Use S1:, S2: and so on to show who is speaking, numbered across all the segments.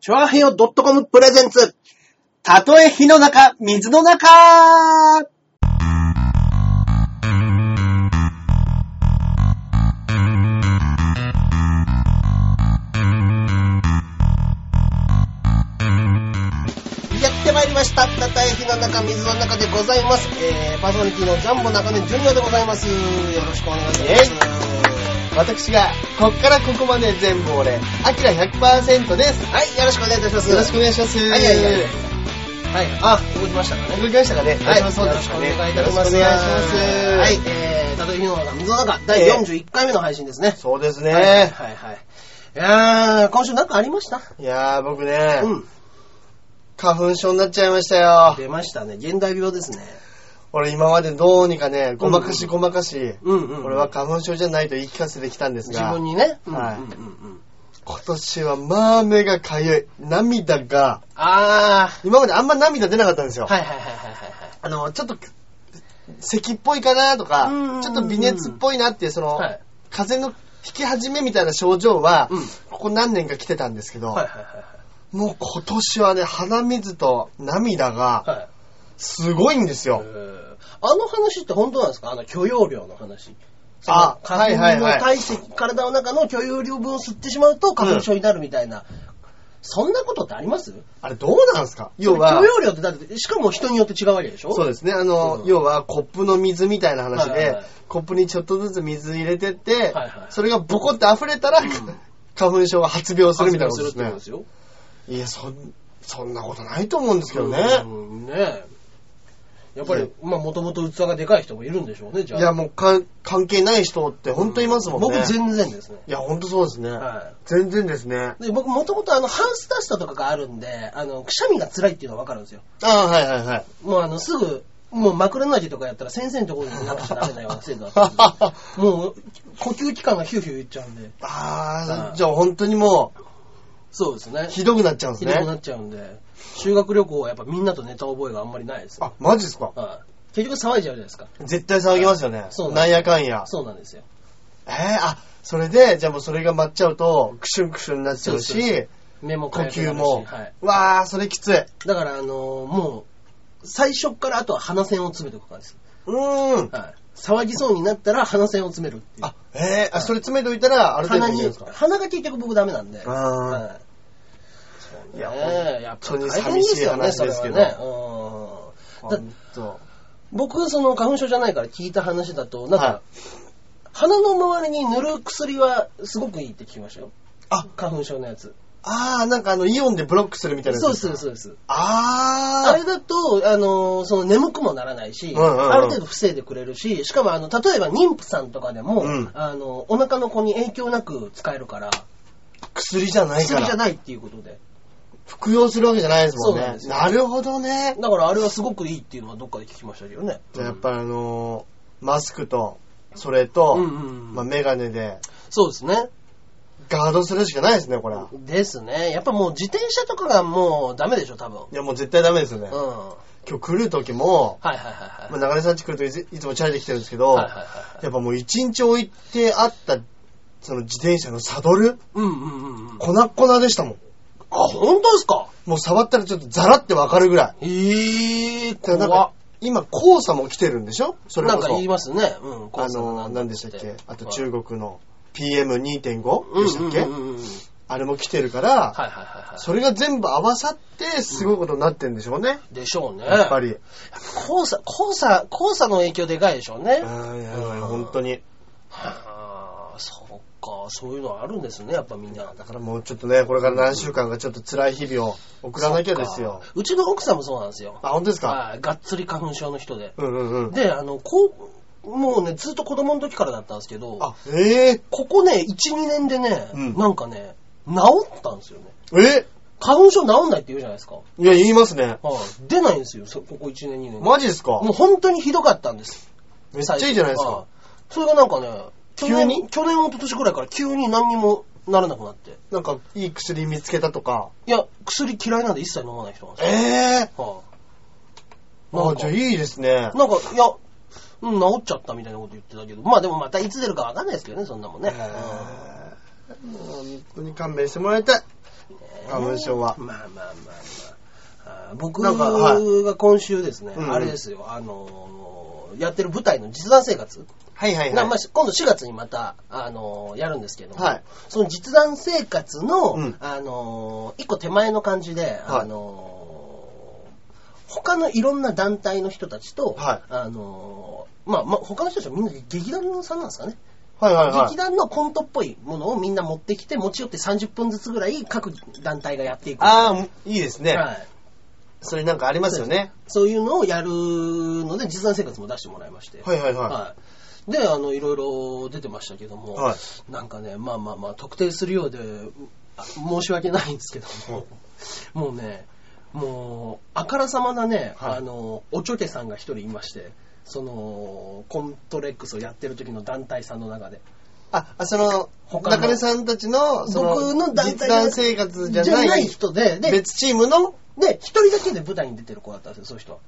S1: チョアヘヨ .com プレゼンツ。たとえ火の中、水の中やってまいりました。たとえ火の中、水の中でございます。えー、パーソナリティのジャンボ中根ジュニアでございます。よろしくお願いします。
S2: 私が、こっからここまで全部俺、アキラ100%です。
S1: はい、よろしくお願いいたします。
S2: よろしくお願いします。はい
S1: はいはいはい
S2: はい。
S1: あ、動きましたかね。
S2: 動きましたかね
S1: はい、
S2: 私もそうですかね
S1: よろしくお願いいたします。
S2: よろしくお願いします
S1: はい、えー、たとえ火の中、水の中、第41回目の配信ですね。
S2: そうです
S1: はい
S2: ね。
S1: はいはい。いやー、今週なんかありました
S2: いやー、僕ね、
S1: うん。
S2: 花粉症になっちゃいましたよ。
S1: 出ましたね。現代病ですね。
S2: 俺今までどうにかね、ごまかし
S1: うん
S2: ごまかし、
S1: うんうん
S2: 俺は花粉症じゃないと言い聞かせてきたんです
S1: 自
S2: が、
S1: 分にね。
S2: はい
S1: うんうんうんうん。
S2: 今年はまあ目がかゆい。涙が、
S1: あ
S2: 今まであんま涙出なかったんですよ。
S1: ー。はいはいはいはいはい。
S2: あの、ちょっと、咳っぽいかなとか
S1: うんうんうん、
S2: ちょっと微熱っぽいなっていう、その、
S1: はい
S2: 風邪の引き始めみたいな症状は、
S1: うん
S2: ここ何年か来てたんですけど、
S1: はいはいはい
S2: もう今年はね、鼻水と涙が
S1: はい。
S2: すごいんですよ。
S1: えーあの話って本当なんですかあの許容量の話。
S2: あ
S1: その花粉
S2: はいはいは
S1: の
S2: い
S1: 体積、体の中の許容量分を吸ってしまうと花粉症になるみたいな。そんなことってあります
S2: あれどうなんですか要
S1: そ
S2: は
S1: れ、許容量ってだって、しかも人によって違うわけでしょ
S2: そうですね、あの、
S1: うん
S2: 要はコップの水みたいな話で、
S1: はいはいはい
S2: コップにちょっとずつ水入れてって、
S1: はいはい
S2: それがボコって溢れたら、花粉症が発病するみたいなことですね。
S1: すよ。
S2: いや、そん、そんなことないと思うんですけどね。
S1: うんねえやっぱり、
S2: ね
S1: まあ、もともと器がでかい人もいるんでしょうね、じゃあ。
S2: いや、もうか関係ない人って本当いますもんね。
S1: 僕全然ですね。
S2: いや、本当そうですね。
S1: は
S2: 全然ですね。
S1: い。で、僕もともとあの、ハウスダストとかがあるんで、あの、くしゃみが辛いっていうのはわかるんですよ。
S2: ああ、はいはいはい。
S1: もうあの、すぐ、もう枕投げとかやったら先生のところになくちゃダメなような制度だったん ですよもう、呼吸器官がヒューヒュー言っちゃうんで。
S2: あ
S1: は
S2: あ、
S1: い
S2: じゃあ本当にも
S1: そうですね
S2: う、。ひどくなっちゃうんです
S1: ひどくな
S2: ね。
S1: っちゃうんで、修学旅行はやっぱみんなと寝た覚えがあんまりないですね。
S2: あ、マジですか
S1: はい結局騒いじゃうじゃないですか。
S2: 絶対騒ぎますよね。
S1: そう
S2: な
S1: なん
S2: んやかんや。
S1: そうなんですよ。
S2: えー、あ、それで、じゃあもうそれが待っちゃうと、クシュンクシュンになっちゃう
S1: そうそう
S2: し、
S1: 目も
S2: 呼
S1: かゆくなるし
S2: 吸も。
S1: はい。
S2: わあ、それきつい。
S1: だから、あのーもう、最初からあとは鼻栓を詰めておく感じです。
S2: うーん。
S1: はい。騒ぎそうになったら鼻栓を詰めるっていう。
S2: あ、えー、あ、それ詰めといたら、ある程度
S1: 鼻
S2: いけ
S1: に
S2: るんですか、
S1: 鼻が結局僕ダメなんで。
S2: あー
S1: はい。
S2: い
S1: ね
S2: や
S1: えやっぱ
S2: 本当に
S1: 大変ですよね、
S2: 寂しい話ですけど
S1: それはねうんだ
S2: 本当。
S1: 僕、その花粉症じゃないから聞いた話だと、なんか、
S2: は
S1: 鼻の周りに塗る薬はすごくいいって聞きましたよ。
S2: あ、
S1: 花粉症のやつ。
S2: ああ、なんかあの、イオンでブロックするみたいなやつ
S1: そう
S2: で
S1: です
S2: す
S1: そう
S2: か
S1: ですそうです。あ
S2: あ
S1: れだと、あのーその眠くもならないし、
S2: うんうんうん
S1: ある程度防いでくれるし、しかもあの、例えば妊婦さんとかでも、
S2: うん
S1: あの、お腹の子に影響なく使えるから、
S2: あ、薬じゃないから。
S1: 薬じゃないっていうことで。
S2: 服用するわけじゃないですもん
S1: そうなん
S2: ね
S1: で。すよ
S2: なるほどね。
S1: だからあれはすごくいいっていうのはどっかで聞きましたけどね。
S2: やっぱりあのーマスクと、それと、
S1: うんうん
S2: まあ、メガネで、
S1: そうですね。
S2: ガードするしかないですね、これは。
S1: ですね。やっぱもう自転車とかがもうダメでしょ、多分。
S2: いや、もう絶対ダメですよね
S1: うん。。は
S2: 今日来る時も
S1: い、はいはい
S2: ま
S1: はい。
S2: あ、流れさんち来るといついつもチャリで来てるんですけど、
S1: はいはいはいはい
S2: やっぱもう一日置いてあった、その自転車のサドル、
S1: うんうんうんうん。あ、
S2: 粉っ粉でしたもん。
S1: 本当ですか
S2: もう触ったらちょっとザラってわかるぐらい。
S1: ええー、
S2: だからなん
S1: 怖っ
S2: か今、黄砂も来てるんでしょそれ
S1: なん
S2: こ
S1: か
S2: そ
S1: 言い。ますね。うん、
S2: あの、何でしたっけあと中国の PM2.5 でしたっけ、
S1: うんうんうんうん
S2: あれも来てるから、
S1: はいはいはいはい。
S2: それが全部合わさって、すごいことになってんでしょうね。
S1: でしょうね。
S2: やっぱ。り。
S1: 黄砂、黄砂、黄砂の影響でかいでしょうね。
S2: うんやばい
S1: うん
S2: 本当に。
S1: はあ、そっか、そういうのあるんですね、やっぱみんな。
S2: だからもうちょっとね、これから何週間かちょっと辛い日々を送らなきゃですよ
S1: そっ。か。うちの奥さんもそうなんですよ。
S2: あ、本当ですか
S1: はい、がっつり花粉症の人で。
S2: うんうんうん。
S1: で、あの、こう、もうね、ずっと子供の時からだったんですけど
S2: あ、、ええ
S1: ここね、1、2年でね、
S2: うん
S1: なんかね、治ったんですよね。
S2: え
S1: 花粉症治んないって言うじゃないですか。
S2: いや、言いますね。
S1: はい出ないんですよ、そここ1年、2年。
S2: マジですか
S1: もう本当にひどかったんです。
S2: めっちゃいいじゃないですか。
S1: 最初。それがなんかね、去年、
S2: 急に
S1: 去年、一昨年ぐらいから急に何にもならなくなって。
S2: なんか、いい薬見つけたとか。
S1: いや、薬嫌いなんで一切飲まない人なんです
S2: え
S1: よ。
S2: え
S1: は
S2: あ、じゃあいいですね
S1: あ、。なんか、いや、うん、治っちゃったみたいなこと言ってたけど、まあでもまたいつ出るかわかんないですけどね、そんなもんね。
S2: えーもう本当に勘弁してもらいたい。
S1: うんねえ
S2: 花粉症は。
S1: まあまあまあまああー。僕
S2: なんかは
S1: が今週ですね、
S2: うん
S1: あれですよ、あのーやってる舞台の実弾生活、
S2: はいはいは。
S1: ないまあ、今度4月にまた、あのーやるんですけども、
S2: はい
S1: その実弾生活の、
S2: うん
S1: あのー一個手前の感じで、
S2: はい
S1: あのー他のいろんな団体の人たちと、
S2: はい
S1: あのーまあ、まあ、他の人たちはみんな劇団さんなんですかね。
S2: はいはいは
S1: 劇団のコントっぽいものをみんな持ってきて、持ち寄って30分ずつぐらい各団体がやってい
S2: い。
S1: く。
S2: ああ、いいですね。
S1: はい。
S2: それなんかありますよね。
S1: そういうのをやるので、実弾生活も出してもらいまして。
S2: はいはいはい
S1: いで、あの、いろいろ出てましたけども、
S2: はい
S1: なんかね、まあまあまあ、特定するようで、あ申し訳ないんですけども、もうね、もう、あからさまなね、
S2: はい
S1: あの、おちょけさんが一人いまして、その、コントレックスをやってる時の団体さんの中で。
S2: あ、あその、
S1: 他の
S2: 中根さんたちの、その、
S1: 僕の団体
S2: 実弾生活じゃない
S1: 人で、で、
S2: 別チームの、
S1: で、一人だけで舞台に出てる子だったんですよ、そういう人は。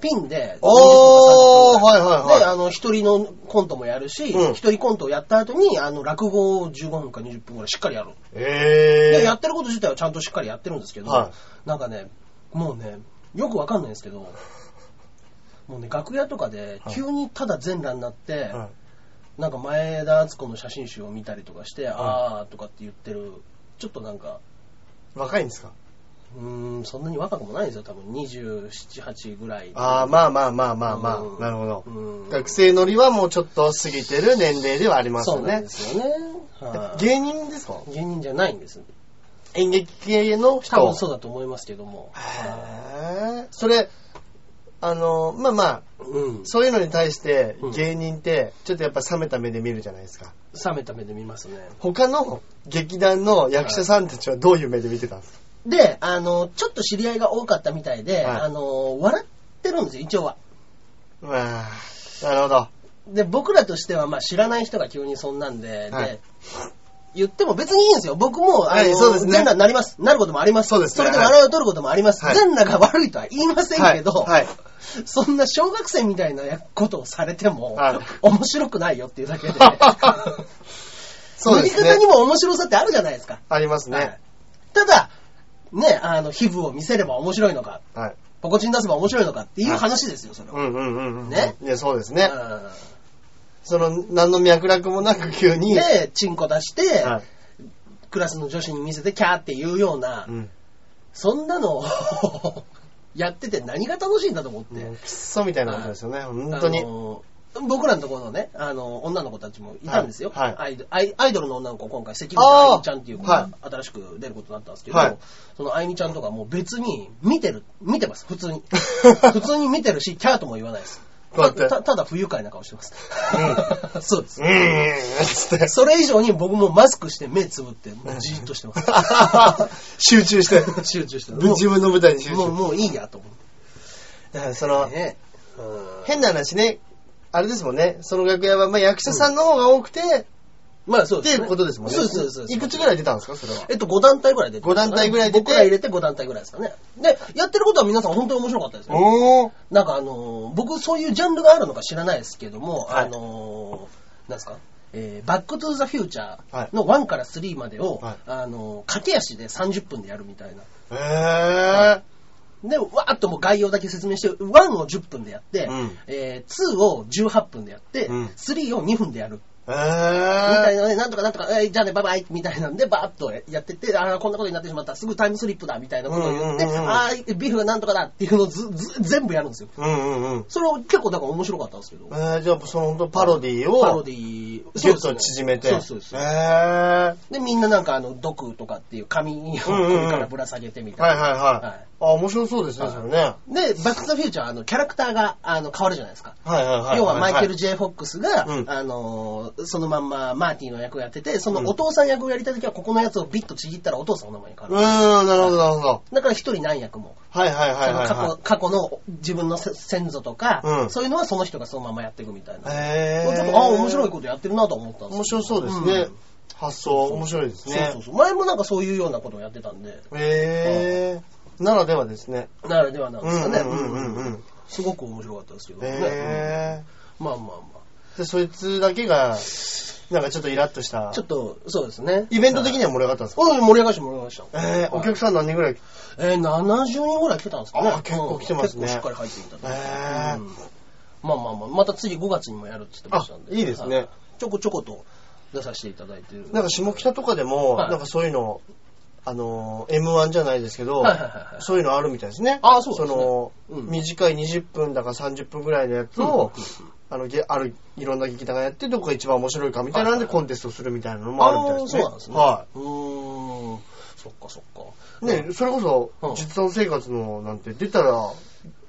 S1: ピンで、
S2: おー
S1: 20とか30分
S2: はいはいはい
S1: で、あの、一人のコントもやるし、一、
S2: うん
S1: 人コントをやった後に、あの、落語を15分か20分ぐらいしっかりやる。
S2: え
S1: で、やってること自体はちゃんとしっかりやってるんですけど、
S2: は
S1: なんかね、もうね、よくわかんないんですけど、もうね、楽屋とかで
S2: はい
S1: 急にただ全裸になって、
S2: は
S1: なんか前田敦子の写真集を見たりとかして、あーとかって言ってる、ちょっとなんか、
S2: い。若いんですか
S1: うーん、そんなに若くもないんですよ、多分27、8ぐらい。
S2: ああ、まあまあまあまあま
S1: うん
S2: あ、なるほど。
S1: うん
S2: 学生乗りはもうちょっと過ぎてる年齢ではあります
S1: そ
S2: よ
S1: うなん
S2: ね
S1: で。すよね。はい
S2: 芸人ですか
S1: 芸人じゃないんです。
S2: 演劇系の人
S1: 多分そうだと思いますけども。
S2: へえ。それ、あの、まあまあ、
S1: うん。
S2: そういうのに対して
S1: うん
S2: 芸人って、ちょっとやっぱ冷めた目で見るじゃないですか。
S1: 冷めた目で見ますね。
S2: 他の劇団の役者さんたちはどういう目で見てたんですか
S1: で、あの、ちょっと知り合いが多かったみたいで、
S2: はい
S1: あの、笑ってるんですよ、一応は。
S2: うわーなるほど。
S1: で、僕らとしては、まあ、知らない人が急にそんなんで、
S2: はい
S1: で、言っても別にいいんですよ。僕も、あの、
S2: はいそうですね
S1: 全裸になります。なることもあります。
S2: そうですね
S1: れで笑いを取ることもあります。
S2: はい
S1: 全裸が悪いとは言いませんけど、
S2: はい。 はい
S1: そんな小学生みたいなことをされても、
S2: はい
S1: 面白くないよっていうだけで。
S2: そ うです
S1: 塗り方に
S2: ね。
S1: も面白さってあるじゃないですか。
S2: あります
S1: は
S2: ね
S1: い。ただ、ね、あの、皮膚を見せれば面白いのか、
S2: はい。
S1: ポコチン出せば面白いのかっていう話ですよ、それは。
S2: うんうんうんうん。
S1: ね
S2: いや、そうですね。
S1: うん
S2: その、何の脈絡もなく急に。
S1: で、チンコ出して、
S2: はい
S1: クラスの女子に見せてキャーっていうような、
S2: うん。
S1: そんなのを やってて何が楽しいんだと思って。
S2: もうくっそみたいなことですよね。本当に
S1: あ。の僕らのところのね、あの、女の子たちもいたんですよ。
S2: はいはい
S1: アイドアイアイドルの女の子、今回、関口
S2: あー
S1: あゆみちゃんっていう子が
S2: は
S1: 新しく出ることになったんですけど、
S2: はい
S1: そのあゆみちゃんとかもう別に見てる、見てます、普 通に。普通に見てるし、キャーとも言わないです。
S2: こうやって
S1: たたただ不愉快な顔してます。 そうです
S2: う。ーん、つって。
S1: それ以上に僕もマスクして目つぶって、もうじーっとしてます。
S2: 集中して。
S1: 集中してる。も
S2: 自分の舞台に集
S1: う、もう
S2: 中。
S1: もういいやと思っ
S2: だからその
S1: て、ね。うん
S2: 変な話ね、あれですもんね、その楽屋は、まあ、役者さんの方が多くて、
S1: まあそう
S2: っ
S1: で
S2: て
S1: す、
S2: い
S1: ね。
S2: うことですもんね。
S1: そうですそうですそうです
S2: いくつぐらい出たんですか、それは。
S1: えっと、5団体ぐらい出て
S2: 五団体ぐらい出て
S1: 僕ら入れて5団体ぐらいですかね。で、やってることは皆さん本当に面白かったですよ。
S2: おー。
S1: なんかあのー僕そういうジャンルがあるのか知らないですけども、
S2: はい
S1: あのーなんですかえーバックトゥーザフューチャ
S2: はい
S1: ーの1から3までを、
S2: はい
S1: あのー駆け足で30分でやるみたいな。
S2: えー。
S1: で、わーっともう概要だけ説明して、1を10分でやって、
S2: うん
S1: えー2を18分でやって、
S2: うん
S1: 3を2分でやる
S2: え
S1: みたい
S2: ー。
S1: なね、なんとかなんとか、えーじゃあね、バイバイ、みたいなんで、バーっとやってって、ああ、こんなことになってしまった、すぐタイムスリップだ、みたいなことを言って、
S2: うんうんうんうん
S1: ああ、ビーフがなんとかだっていうのをずず全部やるんですよ。
S2: うんうんうん。
S1: それを結構、だから面白かったんですけど
S2: え、ー、じゃあ、その本当パロディを、
S1: パロディー、
S2: ギュッ
S1: そう
S2: と
S1: です
S2: 縮
S1: ね
S2: めて。
S1: そうそうそう。
S2: えー。
S1: で、みんななんか、あの、毒とかっていう紙を首からぶら下げてみたい
S2: は
S1: な。
S2: いはいはい。
S1: はい
S2: あ、面白そうですね、
S1: はい
S2: それね。はい
S1: で、バック・ザ・フューチャーは、あの、キャラクターが、あの、変わるじゃないですか。
S2: はいはい。
S1: 要はマイケル・
S2: い
S1: J ・フォックスが、
S2: うん
S1: あのーそのまんまマーティの役をやってて、そのお父さん役をやりたいときは、ここのやつをビッとちぎったらお父さんの名前に変わる。
S2: はい。うーん、なるほどなるほど。
S1: だから一人何役も。
S2: はいはいはいはい
S1: その過去
S2: は
S1: 過去の自分のせ先祖とか、
S2: うん
S1: そういうのはその人がそのままやっていくみたい
S2: い。
S1: な。
S2: へ
S1: もう
S2: ー。
S1: ちょっと、ああ、面白いことやってるなと思ったんです
S2: 面白そうですね。
S1: うん
S2: 発想、面白いですね。
S1: そうそうそう。前もなんかそういうようなことをやってたんで、
S2: へー。ならではですね。
S1: ならではなん
S2: う
S1: ですか
S2: ん
S1: ね。
S2: うんうんうん。
S1: すごく面白かったですけどね。
S2: へ
S1: うんまあまあまあ。
S2: で、そいつだけが、なんかちょっとイラッとした
S1: ちょ。っと、そうですね。
S2: イベント的に
S1: は
S2: は盛り上がったんですか
S1: うん、盛り上がりました、盛り上がりました。
S2: えー、お客さん何人ぐらい
S1: えー、70人ぐらい来てたんですかね。
S2: あ結構来てますね
S1: 結構しっかり入ってきたと。
S2: えー
S1: うんまあまあまあ、また次5月にもやるって言ってま
S2: あ
S1: したん、で。
S2: いいです
S1: は
S2: ね。
S1: ちょこちょこと出させていただいてる。
S2: なんか下北とかでも、
S1: はい
S2: なんかそういうの、あのー、M1 じゃないですけど、
S1: はいはいはいはい
S2: そういうのあるみたいですね。
S1: あそうですね
S2: その、
S1: うん
S2: 短い20分だか30分ぐらいのやつを、あの、げある、いろんな劇団がやって、どこが一番面白いかみたいなん
S1: はい
S2: で
S1: はい
S2: コンテストするみたいなのもあるみたいですね。
S1: あーそうなんですね。
S2: は
S1: うーん。そっかそっか。
S2: い。ね、それこ
S1: う
S2: そ、
S1: ん
S2: 実存生活のなんて出たら、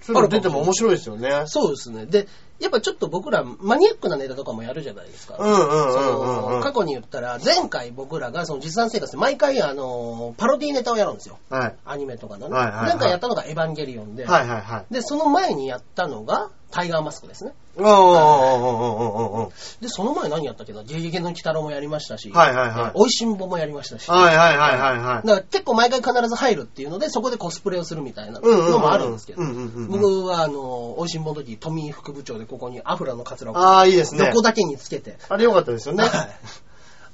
S2: そういうの出ても面白いですよね。
S1: そうですね。で、やっぱちょっと僕らマニアックなネタとかもやるじゃないですか。
S2: うんうんうん
S1: そ
S2: うんう
S1: の
S2: ん。
S1: 過去に言ったら、前回僕らがその実産生活で毎回あの、パロディネタをやるんですよ。
S2: はい。
S1: アニメとかのね。
S2: はいはいはい
S1: 前回やったのがエヴァンゲリオンで、
S2: はいはいはい。
S1: で、その前にやったのがタイガーマスクですね。
S2: うんうんうんうんうんうんうん。
S1: で、その前何やったっけなゲゲゲの鬼太郎もやりましたし、
S2: はいはいは
S1: で
S2: い
S1: 美味しんぼもやりましたし。
S2: はいはいはいはいはい。
S1: だから結構毎回必ず入るっていうので、そこでコスプレをするみたいな
S2: うんうんうん
S1: のもあるんですけど
S2: うんうんうん、うん
S1: 僕はあの、美味しんぼの時、富井副部長でここにアフラのカツラを
S2: ああ、いいですね。
S1: 横だけにつけて、
S2: あれ良かったですよね。
S1: はい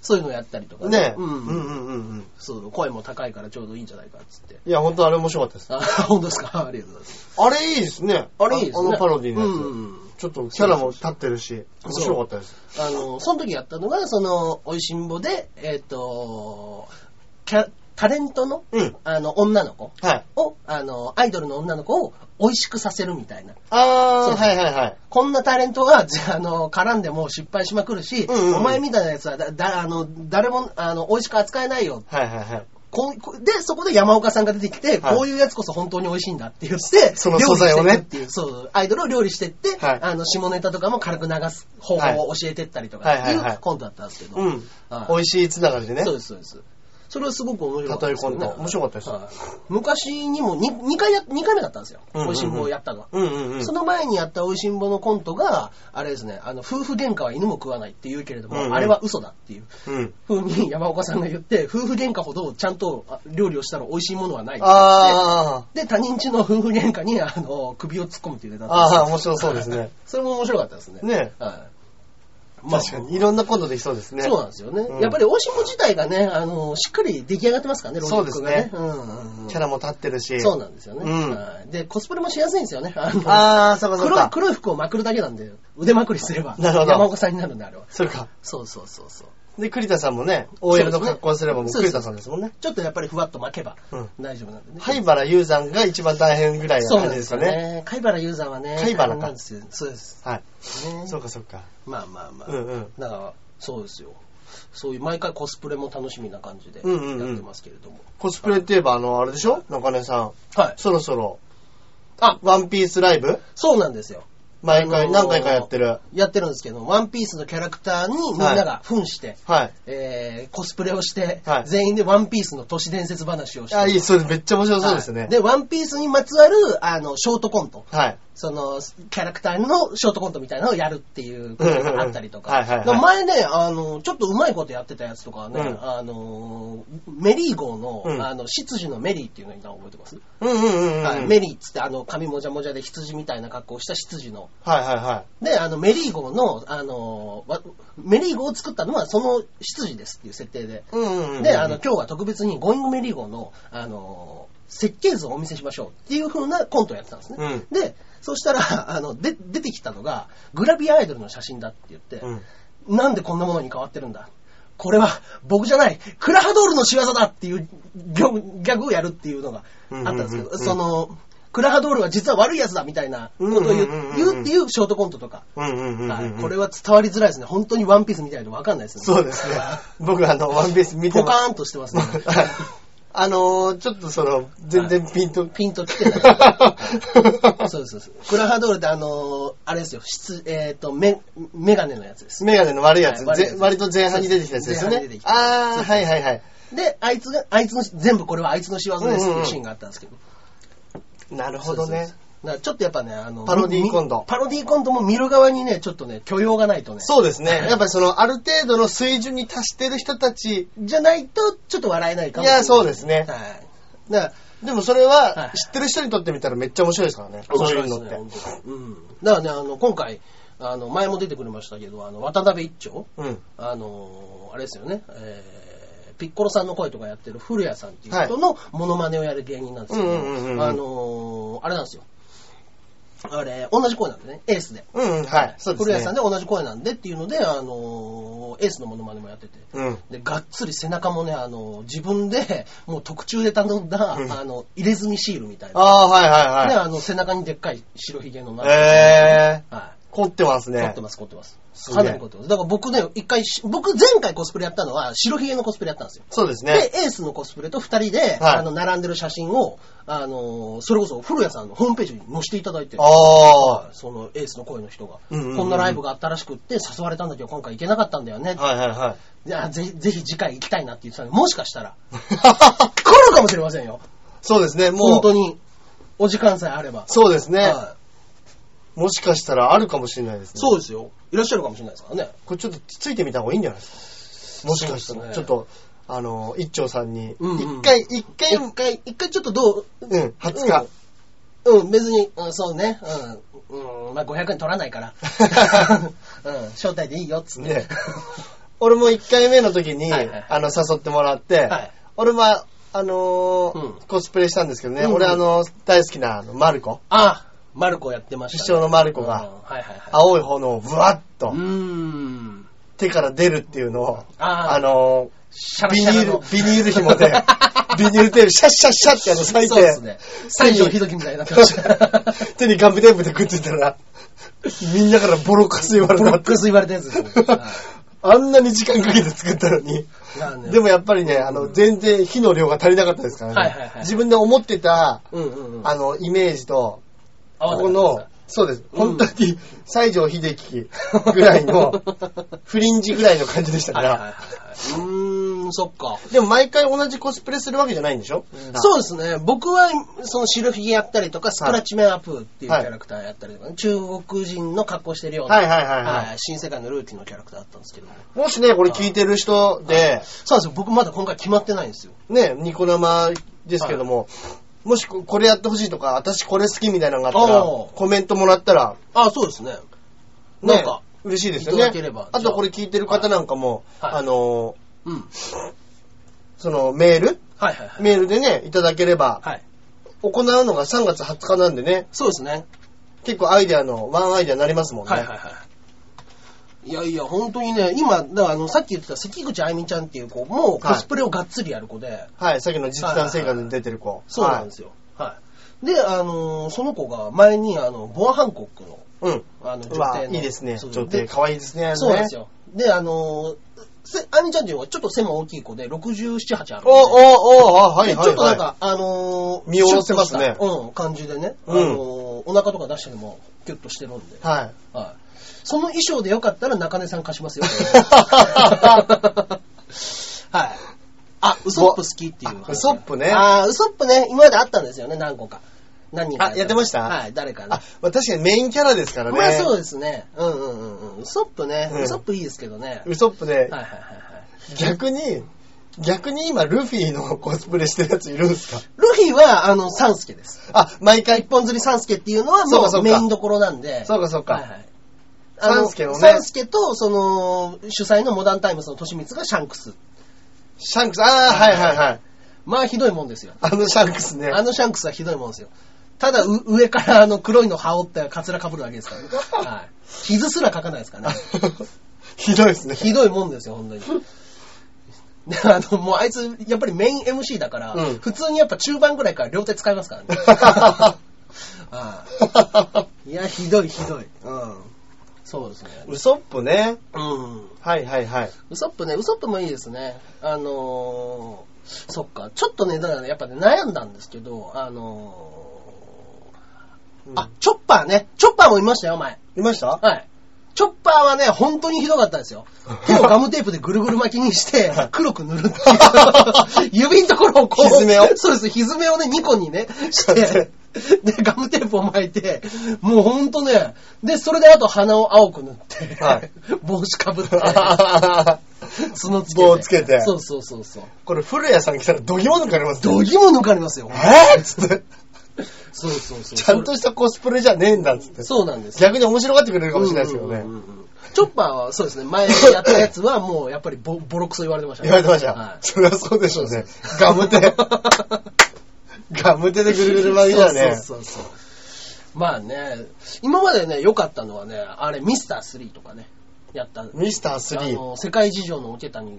S1: そういうのやったりとか
S2: ね、
S1: う
S2: うんん、うんうんうん。
S1: そう声も高いからちょうどいいんじゃないかっつって。
S2: いや、本当あれ面白かったです。
S1: あ、 本当ですかありがとうございます。
S2: あれいいですね。
S1: あれいいですね。
S2: あのパロディのやつ。
S1: うん
S2: ちょっとキャラも立ってるし、
S1: そう
S2: 面白かったです。
S1: あの、その時やったのが、その、美味しんぼで、えっ、と、キャタレントの、
S2: うん
S1: あの、女の子
S2: はい。
S1: を、あの、アイドルの女の子を美味しくさせるみたいな。
S2: あ
S1: そう
S2: ー、はいはいはい。
S1: こんなタレントが、じゃあ、あの、絡んでもう失敗しまくるし、
S2: うんうんうん
S1: お前みたいなやつはだ、だ、あの、誰も、あの、美味しく扱えないよ。
S2: はいはいはい。
S1: こうこうで、そこで山岡さんが出てきて、
S2: はい
S1: こういうやつこそ本当に美味しいんだって言って、
S2: その素材を
S1: 料理していく
S2: ね
S1: っていう、そう、アイドルを料理してって、
S2: はい
S1: あの、下ネタとかも軽く流す方法を教えてったりとかってい
S2: はいはいは
S1: う
S2: い
S1: コントだったんですけど、
S2: うん。
S1: はい
S2: 美味しいつながりでね
S1: そ。うです、そうです。それはすごく面白かった
S2: 例えコント面白かったです
S1: はい昔にも 2, 回や、二回目だったんですよ。
S2: うんうんうん
S1: 美味しんぼをやったのは。
S2: うんうんうん。
S1: その前にやった美味しんぼのコントが、あれですね、あの、夫婦喧嘩は犬も食わないって言うけれども、
S2: うんうん
S1: あれは嘘だっていう
S2: うん。
S1: 風に山岡さんが言って、夫婦喧嘩ほどちゃんとあ料理をしたら美味しいものはないって言って
S2: あ
S1: で、他人家の夫婦喧嘩に、あの、首を突っ込むっていうネタ
S2: ー、
S1: だったんですよ
S2: あー、面白そうですね。
S1: それも面白かったですね。
S2: ね
S1: はい。まあ
S2: 確かに。いろんなことできそうですね。
S1: そうなんですよね。
S2: うん
S1: やっぱり大島自体がね、あの、しっかり出来上がってますからね、ロジックがね。
S2: そう
S1: うんうん
S2: キャラも立ってるし。
S1: そうなんですよね、
S2: うん
S1: はいで、コスプレもしやすいんですよね。あの
S2: あー、そうかそう
S1: 黒い
S2: か。
S1: 黒い服をまくるだけなんで、腕まくりすれば、
S2: なるほど
S1: 山岡さんになるんで、あれは。
S2: そうか。
S1: そうそうそうそう。
S2: で、栗田さんもね、OL の格好をすればもう
S1: そうで
S2: 栗
S1: すね
S2: 田さんですもんね。
S1: ちょっとやっぱりふわっと巻けば
S2: うん
S1: 大丈夫なんでね。
S2: 灰原雄山が一番大変ぐらいな
S1: そう
S2: 感
S1: なん
S2: じ
S1: で
S2: ですすか
S1: よ
S2: ね。
S1: ね。貝原雄山はね、
S2: 貝原
S1: 大
S2: か
S1: 変なんですよ。そうです。
S2: はい。
S1: ね、
S2: そうかそうか。
S1: まあまあまあ。
S2: うんうん
S1: だから、そうですよ。そういう毎回コスプレも楽しみな感じでや
S2: うんうんうん
S1: ってますけれども。
S2: コスプレって言えば、あの、あれでしょ中根さん。
S1: はい。
S2: そろそろ。
S1: あ
S2: ワンピースライブ
S1: そうなんですよ。
S2: 毎回、
S1: あのー
S2: 何回かやってる。
S1: やってるんですけど、ワンピースのキャラクターにみんなが扮して、
S2: はい。
S1: えー、コスプレをして、
S2: はい
S1: 全員でワンピースの都市伝説話をして。
S2: あ、いい、それめっちゃ面白そうです
S1: は
S2: ね
S1: い。で、ワンピースにまつわる、あの、ショートコント。
S2: はい。
S1: その、キャラクターのショートコントみたいなのをやるっていうことがあったりとか。
S2: うんうんうんはいはい
S1: だか
S2: はい
S1: ら前ね、あの、ちょっとうまいことやってたやつとかはね、
S2: うん
S1: あの、メリー号の、
S2: うん
S1: あの、執事のメリーっていうのに覚えてます、
S2: うんうんうんうん。は
S1: はいいメリーっつって、あの、髪もじゃもじゃで羊みたいな格好をした執事の
S2: はいは
S1: で、あの、メリー号の、あの、わメリー号を作ったのはその執事ですっていう設定で。
S2: い。うんうんうん。
S1: で、あの、、今日は特別にゴイングメリー号の、あの、設計図をお見せしましょうっていう風なコントをやってたんですね。で、そしたら、 あの、で、出てきたのが、グラビアアイドルの写真だって言って、
S2: うん。
S1: なんでこんなものに変わってるんだこれは僕じゃない、クラハドールの仕業だっていうギョギャグをやるっていうのがあったんですけ
S2: うんうんう
S1: ど、
S2: んうん
S1: その、クラハドールは実は悪いやつだみたいなことを言う
S2: うんうんうんうん
S1: 言うっていうショートコントとか、
S2: うんうんうん
S1: は
S2: う
S1: い
S2: ん。
S1: これは伝わりづらいですね。本当にワンピースみたいでわかんないですね。
S2: そうで すね。僕、あの、ワンピース見て
S1: ポ
S2: ます。
S1: カーンとして ますね。
S2: はいあのー、ちょっとその、全然ピンと。
S1: ピンと来てない。そうですそうです。クラハドールってあのーあれですよ、質、えっ、と、メ、メガネのやつです。
S2: メガネの悪いやつ、
S1: はい悪いやつ
S2: ぜ割と前半に出てきたやつですよ
S1: 前半に出て
S2: ね
S1: き。た
S2: あー、はいはいはい。
S1: で、あいつが、あいつの、全部これはあいつの仕業ですっていうシーンがあったんですけど。
S2: なるほど
S1: そうで
S2: ね
S1: す。。だからちょっとやっぱね、あの、
S2: パロディー
S1: み
S2: コント
S1: パロディーコントも見る側にね、ちょっとね、許容がないとね。
S2: そうですね。やっぱりその、ある程度の水準に達してる人たち、
S1: じゃないと、ちょっと笑えないかもしれない。
S2: いやそうですね
S1: はい。だから、
S2: でもそれ
S1: は
S2: はい知ってる人にとってみたらめっちゃ面白いですからね。そういうのって。
S1: 面白いですね本当にうん。だからね、あの、今回、あの、前も出てくれましたけど、あの、渡辺一丁、
S2: うん。
S1: あのーあれですよね、えーピッコロさんの声とかやってる古谷さんっていう人のモノマネをやる芸人なんですけ
S2: うんうんうんうん
S1: ど、あのーあれなんですよ。あれ、同じ声なんでね、エースで。
S2: うん、うん、はい。そうです
S1: 古
S2: ね。
S1: 谷さんで同じ声なんでっていうので、あのーエースのモノマネもやってて。
S2: うん。
S1: で、がっつり背中もね、あのー自分で、 もう特注で頼んだ、
S2: うん
S1: あの、入れ墨シールみたいな。
S2: ああ、はいはい
S1: で、
S2: は
S1: あの、背中にでっかい白ひげの
S2: い。ええ
S1: はい。
S2: ー、凝ってます
S1: 凝っ
S2: ね
S1: て。ます、凝ってます。
S2: すげえ
S1: かなり凝ってます。だから僕ね、一回し、僕前回コスプレやったのは、白ひげのコスプレやったんですよ。
S2: そうですね。
S1: で、エースのコスプレと二人で、
S2: はい
S1: あの、並んでる写真を、あのー、それこそ古谷さんのホームページに載せていただいて、
S2: ああ、
S1: そのエースの声の人が、
S2: うんうんうん
S1: こんなライブがあったらしくって誘われたんだけど、今回行けなかったんだよね。
S2: はいはいはい。
S1: いやぜひ、ぜひ次回行きたいなって言ってたので、もしかしたら、来るかもしれませんよ。
S2: そうですね、も
S1: 本当
S2: う、
S1: に、お時間さえあれば。
S2: そうですね、
S1: はい
S2: もしかしたらあるかもしれないですね。
S1: そうですよ。いらっしゃるかもしれないですからね。
S2: これちょっとついてみた方がいいんじゃないですか。もしかした
S1: そう
S2: ら、
S1: です
S2: ちょ
S1: ね
S2: っと、あの、一丁さんに、
S1: うんうん
S2: 一回、一回、
S1: 一回、一回ちょっとどう、
S2: うん、20日。
S1: うん、別に、うん、そうね、うん、うん、まあ500円取らない から、うん、招待でいいよっつって。
S2: ね俺も一回目の時に、
S1: はいはい
S2: あの、誘ってもらって、
S1: はい
S2: 俺も、あのー
S1: うん
S2: コスプレしたんですけどね、
S1: うんうん
S2: 俺あの、大好きな、あのマルコ、
S1: あ、マルコやってました、
S2: 師匠のマルコが
S1: うんはいはいはい。
S2: 青い炎をブワッと
S1: うーん。
S2: 手から出るっていうのを、
S1: あー
S2: あの
S1: シャ
S2: ー
S1: ラ
S2: ビ
S1: シ
S2: ニ
S1: ャラ
S2: ー
S1: の
S2: ル、ビニール 紐で、ビニールテープ、シャッシャッシャッってあの、咲いて、
S1: そうですね。最初ひどきみたいになってま した。
S2: 手にガムテープでくっついたら、みんなからボロカス言われ
S1: ブロッ
S2: た。
S1: クス言われたやつ ですね。
S2: あんなに時間かけて作ったのに。
S1: はい
S2: でも、やっぱりね、あの、全然火の量が足りなかったですからね。
S1: はいはいはい
S2: 自分で思ってた、
S1: うんうんうん。
S2: あの、イメージと、
S1: 合
S2: こ
S1: わな
S2: こ
S1: かった
S2: の、そうです。
S1: うん
S2: 本当に、西城秀樹ぐら いの、フリンジぐらいの感じでしたか
S1: はいはいはい
S2: ら。
S1: はい。うーん、そっか。
S2: でも毎回同じコスプレするわけじゃないんでしょ
S1: そうですね。僕は、その白ひげやったりとか、スクラッチメンアプーっていうキ
S2: はい
S1: ャラクターやったりとかね、中国人の格好してるような、
S2: はいはいはいはい
S1: はい新世界のルーティンのキャラクターだったんですけど、
S2: もしね、これ聞いてる人で、
S1: そうなんですよ。僕まだ今回決まってないんですよ。
S2: ね、ニコ生ですけども、もしここれやってほしいとか、私これ好きみたいなのがあったら、
S1: おー
S2: コメントもらったら、
S1: あ、そうですね。
S2: ね
S1: なんか、
S2: 嬉しいですよ
S1: いただけ
S2: ね
S1: れば。
S2: あとこれ聞いてる方なんかも、
S1: はいはい
S2: あの、
S1: うん。
S2: そのメール
S1: はいはいはい。
S2: メールでね、いただければ、
S1: はい。
S2: 行うのが3月20日なんでね、
S1: そうですね。
S2: 結構アイデアの、ワンアイデアになりますもんね。
S1: はいはいはい。いやいや、本当にね、今、だからあの、さっき言ってた関口あゆみちゃんっていう子も、コスプレをがっつりやる子で、
S2: はい、さっきの実弾生活に出てる子。
S1: そうなんですよ。はい。で、あのーその子が前に、あの、ボアハンコックの、
S2: はい。うん。
S1: あの、
S2: う
S1: 女
S2: わ、
S1: 帝の。
S2: いいですね。
S1: そう
S2: 女帝、
S1: で
S2: かわいいですね。
S1: そうなんです
S2: よ。
S1: よ。で、あのー、せあみちゃんっていうのはちょっと背も大きい子で、67、8あるんで。
S2: お、お、お、あはい、
S1: で
S2: はい。
S1: ちょっとなん
S2: は
S1: か、あのー、
S2: 見下ろせますね
S1: シュッとしたうん、感じでね。
S2: う
S1: あ
S2: ん
S1: のーお腹とか出しても、キュッとしてるんで
S2: い。。はい。
S1: はい。その衣装でよかったら中根さん貸します よ。はい。あ、ウソップ好きっていう
S2: あ。ウソップね
S1: あーウソップね、今まであったんですよね、何個か。何人か。
S2: あやってました
S1: はい、誰かね
S2: あ。、まあ確かにメインキャラですからね。
S1: まあそうですね。うんうんうんうん。ウソップね、
S2: うん
S1: ウソップいいですけどね。
S2: ウソップで、
S1: はいはいはいはい。
S2: 逆に、逆に今、ルフィのコスプレしてるやついるんですか
S1: ルフィは、あの、サンスケです。
S2: あ、毎
S1: 一
S2: 回、
S1: 本釣りサンスケっていうのは
S2: そう
S1: も
S2: かそう
S1: う
S2: か
S1: メインどころなんで。
S2: そうかそう
S1: はい
S2: か。
S1: はい。
S2: サンスケのね
S1: サンスケと、その、主催のモダンタイムズのとしみつがシャンクス。
S2: シャンクス、ああ、はいはいはい。
S1: まあ、ひどいもんですよ。
S2: あのシャンクスね。
S1: あのシャンクスはひどいもんですよ。ただ、う上からあの黒いの羽織ってカツラ被るだけですからね。はい。傷すら書かないですからね。
S2: ひどいですね。
S1: ひどいもんですよ、本当に。であの、もうあいつ、やっぱりメイン MC だから、
S2: うん
S1: 普通にやっぱ中盤ぐらいから両手使いますから ね。はいいや、ひどいひどい。うん。そうですね。
S2: ウソップね。
S1: うん。
S2: はいはいはい。
S1: ウソップね、ウソップもいいですね。あのー、そっか、ちょっとね、だからねやっぱね、悩んだんですけど、あのー、あ、チョッパーね、チョッパーもいましたよ、前。
S2: いました
S1: はい。チョッパーはね、本当にひどかったですよ。手をガムテープでぐるぐる巻きにして、黒く塗る っていう。指のところをこう。
S2: ひずめを
S1: そうです。ひずめをね、2個にね、して、で、ガムテープを巻いて、もうほんとね、で、それであと鼻を青く塗って、
S2: はい
S1: 帽子かぶ って、角つけて。
S2: 棒つけて
S1: そうそうそうそう。
S2: これ、古谷さん来たらどぎも抜かれますね
S1: 度肝抜かれますよ。
S2: えーっつって。
S1: そうそうそう。
S2: ちゃんとしたコスプレじゃねえんだっつって。
S1: そうなんですよ。
S2: 逆に面白がってくれるかもしれないですけどね
S1: うん。うんうんうんチョッパーはそうですね、前やったやつはもうやっぱりボボロクソ言われてましたね
S2: 言われてました。
S1: はい
S2: そりゃそうでしょうね。ガム手。 ガム手でぐるぐる巻きだね。
S1: そうそうそうそう。まあね、今までね、良かったのはね、あれ、ミスター3とかね、やった。
S2: ミスター
S1: あ
S2: 3。
S1: の、世界事情の桶谷
S2: う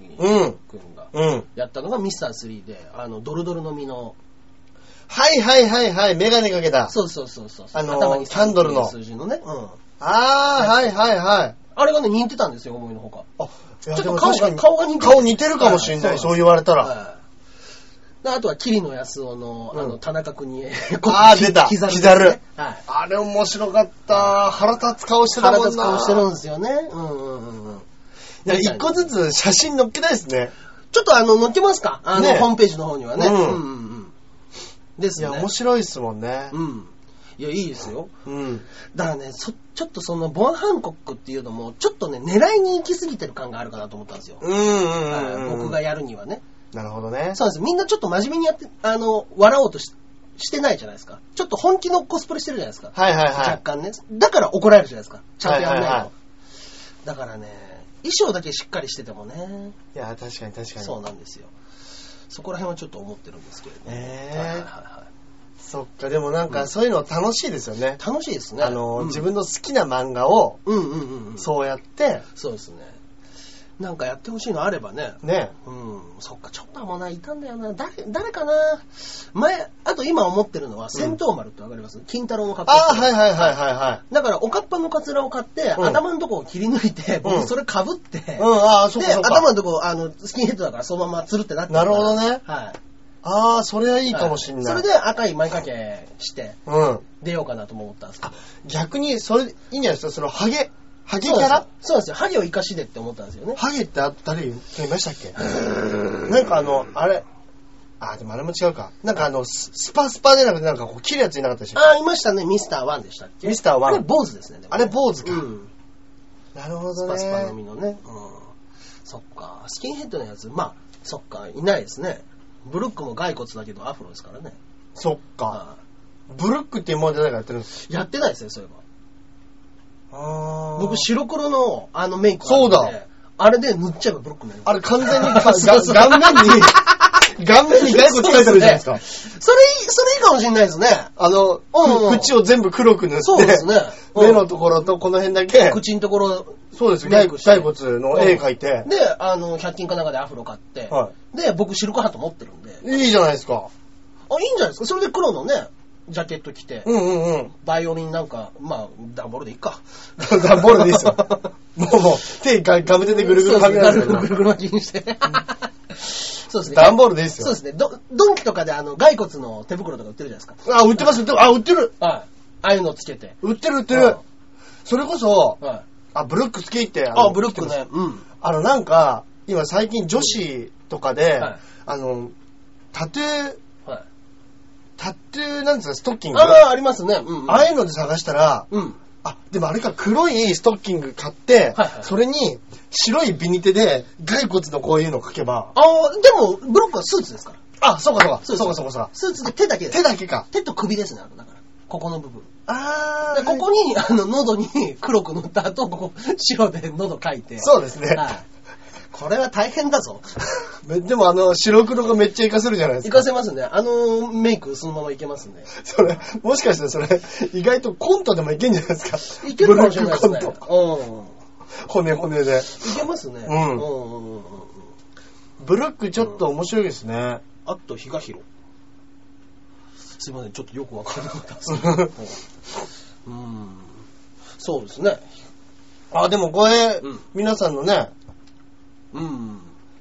S2: ん。
S1: 君が
S2: うん。
S1: やったのがミスター3で、あの、ドルドルの実の、
S2: はいはいはいはい、メガネかけた。
S1: そうそうそうそう、
S2: あの
S1: 頭に
S2: キャンドルの
S1: 数字のね、うん。
S2: あー、はいはいはい。
S1: あれがね、似てたんですよ、思いのほか。
S2: あ、ち
S1: ちょっと顔顔が似てる
S2: 顔似てるかもしれない、
S1: はい
S2: そう言われたら。
S1: はいであとは、桐野安夫の、あ
S2: う
S1: の、
S2: ん
S1: 田中邦衛。
S2: あー出 た
S1: 膝
S2: 膝
S1: ね
S2: る
S1: はい。
S2: あれ面白かった。腹立つ顔してた
S1: 腹
S2: もん
S1: 立つ
S2: な。
S1: 顔してるんですよね。うんうんうんうん。
S2: いや一個ずつ写真載っけたいですね。
S1: ちょっとあの、載ってますかあの、
S2: ね
S1: ホームページの方にはね。
S2: う
S1: うんんうんうん。です
S2: い
S1: ね。
S2: や、面白いですもんね。
S1: うん。いや、いいですよ。
S2: うん。
S1: だからね、そ、ちょっとその、ボンハンコックっていうのも、ちょっとね、狙いに行き過ぎてる感があるかなと思ったんですよ。
S2: うんうん
S1: はい
S2: うんうん。
S1: 僕がやるにはね。
S2: なるほど
S1: そ
S2: ね。
S1: うなんです。みんなちょっと真面目にやって、あの、笑おうとししてないじゃないですか。ちょっと本気のコスプレしてるじゃないですか。
S2: はいはいは
S1: 若
S2: い。
S1: 干ね。だから怒られるじゃないですか。ちゃんとやらないと。
S2: はいはいはい
S1: だからね、衣装だけしっかりしててもね、
S2: いや、確かに確かに。
S1: そうなんですよ。そこら辺はちょっと思ってるんですけれども。
S2: ねえ
S1: はいはいは
S2: そっか、でもなんかそういうの楽しいですよね。
S1: い楽しいですね。
S2: あの、
S1: うん
S2: 自分の好きな漫画を、
S1: うんうんうんうん。そう。
S2: そうやって、
S1: そうですね。なんかやってほしいのあればね。
S2: ね。
S1: うん、そっか、チョッパーもな、いたんだよな。誰、誰かな前、あと今思ってるのは、戦闘丸ってわかります、金太郎の格好
S2: ああ、
S1: してる
S2: はいはいはいはいは
S1: だから、おかっぱのカツラを買って、
S2: うん
S1: 頭のとこを切り抜いて、
S2: う
S1: 僕
S2: ん
S1: それ被って、
S2: い。うん、ああ、そっ
S1: で、
S2: かそっか。
S1: 頭のとこ、あの、スキンヘッドだから、そのままつるってなってから
S2: なるほどね
S1: はい。
S2: ああ、それはいいかもしんない。
S1: はいそれで赤い前掛けして、
S2: うん。
S1: 出ようかなとも思ったんですけど。
S2: 逆に、それ、いいんじゃないですか、その、ハゲ、ハゲキ
S1: そう
S2: ャ
S1: なん
S2: ラ
S1: ですよそうなんですよ。ハゲを生かしでって思ったんですよね。
S2: ハゲってあ誰言っていましたっけなんかあの、あれ、あ、でもあれも違うか。なんかあの、ススパスパでなくて、なんかこう、切るやついなかったでしょ
S1: ああ、いましたね。ミスターワンでしたっけ
S2: ミスターワン
S1: あれ、坊主ですね。でも
S2: あれ坊主か
S1: うん。
S2: なるほ
S1: ス
S2: ど
S1: パ
S2: ね。
S1: スパの実のね。うん。そっか。スキンヘッドのやつ、まあ、そっか、いないですね。ブルックも骸骨だけど、アフロですからね。
S2: そっか。
S1: あ
S2: ブルックっていうもんじゃないからやってるんです
S1: ーやってないですね、そういえば。
S2: あ
S1: 僕、白黒のあのメイクあるんで
S2: そうだ。
S1: あれで塗っちゃえばブルックになります
S2: あれ完全に か
S1: そうそう
S2: が顔 面に、顔面に骸骨書いてるじゃないですか。
S1: それいい、それいいかもしれない ですね。
S2: あの、
S1: うんうん
S2: ふ縁を全部黒く塗って、
S1: そうですね。
S2: 目の
S1: うん
S2: ところとこの辺だけ、
S1: 口のところ、
S2: そうです
S1: メ
S2: 骸
S1: イク
S2: 骨
S1: して
S2: 骸骨の絵描いて、
S1: で、あの、100均かなんかでアフロ買って、
S2: は
S1: で、僕、シルクハット持ってるんで、あ、いいん
S2: いいじゃないですか。
S1: じゃないですか。それで黒のね、ジャケット着て、
S2: うんうんうん。
S1: バイオリンなんか、まあ、ダンボールでいい か。
S2: 段ボールでいいです よ。もうもう、手がガム手でぐるぐるかけられ
S1: そうですねぐるぐ る
S2: る。
S1: 巻きにして。そうですね。
S2: 段ボールでいいです
S1: そう
S2: よ
S1: で。すね。どドンキとかで、あの、骸骨の手袋とか売ってるじゃないですか。
S2: あ、売ってます、売ってる。あ、売ってる。
S1: はい。ああいうのつけて。
S2: 売ってる、売ってる
S1: は。
S2: それこそ
S1: い、はい。
S2: あ、ブルック好きって。の
S1: あ、ブルック。ね。うん。
S2: あの、なんか、今最近女子とかで、
S1: はい
S2: あの、タトゥー、
S1: はい。
S2: タトゥーなんですか、ストッキング。あ
S1: ああ、ありますね。うん、うん。
S2: あいうので探したら、
S1: うん。
S2: あ、でもあれか、黒いストッキング買って、
S1: はいはい
S2: それに白いビニテで骸骨のこういうのかけば、
S1: ああ、でも、ブロックはスーツですから。
S2: あ、そうかそうか、そうか
S1: です
S2: そうかそうか。
S1: スーツで手だけです。
S2: 手だけか。
S1: 手と首ですね、あのだから。ここの部分。
S2: あ
S1: でここに、あの、喉に黒く塗った後、ここ、白で喉かいて。
S2: そうですね。
S1: はい。これは大変だぞ。
S2: めでもあの、白黒がめっちゃ活かせるじゃないです
S1: い
S2: か。
S1: かせますね。あのメイク、そのままいけますね。
S2: それ、もしかしてそれ、意外とコントでもいけんじゃないですか。
S1: いけるかもしれないです
S2: ブ
S1: ね
S2: ルック。コン
S1: う
S2: ト。骨骨で。
S1: ん。いけますね。
S2: うん
S1: うんうんうんうん。
S2: ブルックちょっと面白いですね。
S1: あと、比嘉宏。すいません、ちょっとよくわからなかったです。 うん。そうですね。
S2: あ、でもこれ、
S1: うん
S2: 皆さんのね、
S1: うん。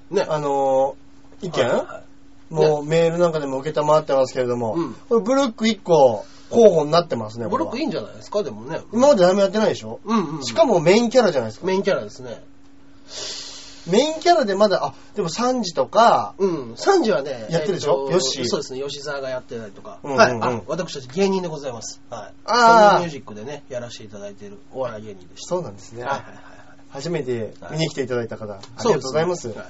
S1: ね。
S2: あのー意見、
S1: はいはい
S2: もうメールなんかでも受けたまってますけれども、
S1: うん
S2: これブルック1個候補になってますね、
S1: ブロックい
S2: 1
S1: いんじゃないですか、でもね。
S2: 今まで何もやってないでしょ、
S1: うん、うん。
S2: しかもメインキャラじゃないですか。
S1: メインキャラですね。
S2: メインキャラでまだ、あ、でも3時とか、
S1: うん。サンジはね、
S2: やってるでしょ
S1: えっと
S2: ヨッシー
S1: そうですね、吉沢がやってたりとか。
S2: うんうんうん
S1: はい。あ、私たち芸人でございます。はい。
S2: あー
S1: ソニーミュージックでね、やらせていただいているお笑い芸人でした。
S2: そうなんですね。
S1: はい
S2: あ
S1: はいはい。
S2: 初めて見に来ていただいた方、ありが
S1: そ
S2: と
S1: で
S2: うございます。
S1: ねはい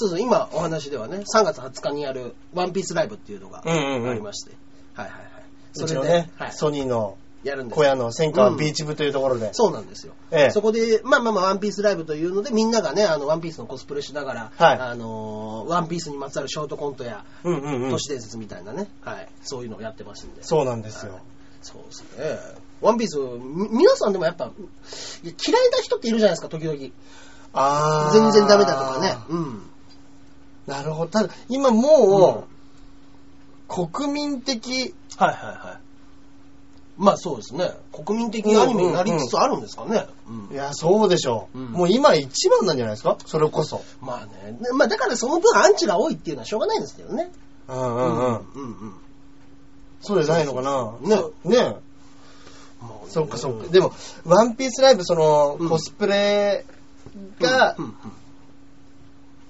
S1: そうそう、今お話ではね、3月20日にやるワンピースライブっていうのが
S2: うんうんうん
S1: ありまして。はいはいはい。そうれ
S2: ち
S1: で
S2: のね、
S1: はい
S2: ソニーの
S1: やるんです
S2: 小
S1: よ
S2: 屋の千川
S1: うん
S2: ビーチ部というところで。
S1: そうなんですよ。
S2: ええ
S1: そこで、まあまあまあ、ワンピースライブというので、みんながね、あの、ワンピースのコスプレしながら、
S2: はい
S1: あのー、ワンピースにまつわるショートコントや、
S2: うんうんうん
S1: 都。市伝説みたいなね、はい、そういうのをやってますんで。
S2: そうなんですよ
S1: はい。そうですね。ワンピース、み皆さんでもやっぱ、いや嫌いな人っているじゃないですか、時々。
S2: あー
S1: 全然ダメだとかね。うん。
S2: なるほど。ただ、今もう、国民的、
S1: はいはいはい。まあそうですね。国民的アニメになりつつあるんですかね。うん
S2: いや、そうでしょう。
S1: うん
S2: もう今一番なんじゃないですかそれこそ。
S1: まあね。でまあだからその分アンチが多いっていうのはしょうがないんですけどね。
S2: うん
S1: う
S2: うんうん。
S1: うんうん。
S2: そうじゃないのかな
S1: ね
S2: ね
S1: もうね
S2: そっかそっか。でも、ワンピースライブ、その
S1: う、ん
S2: コスプレが、
S1: うんうん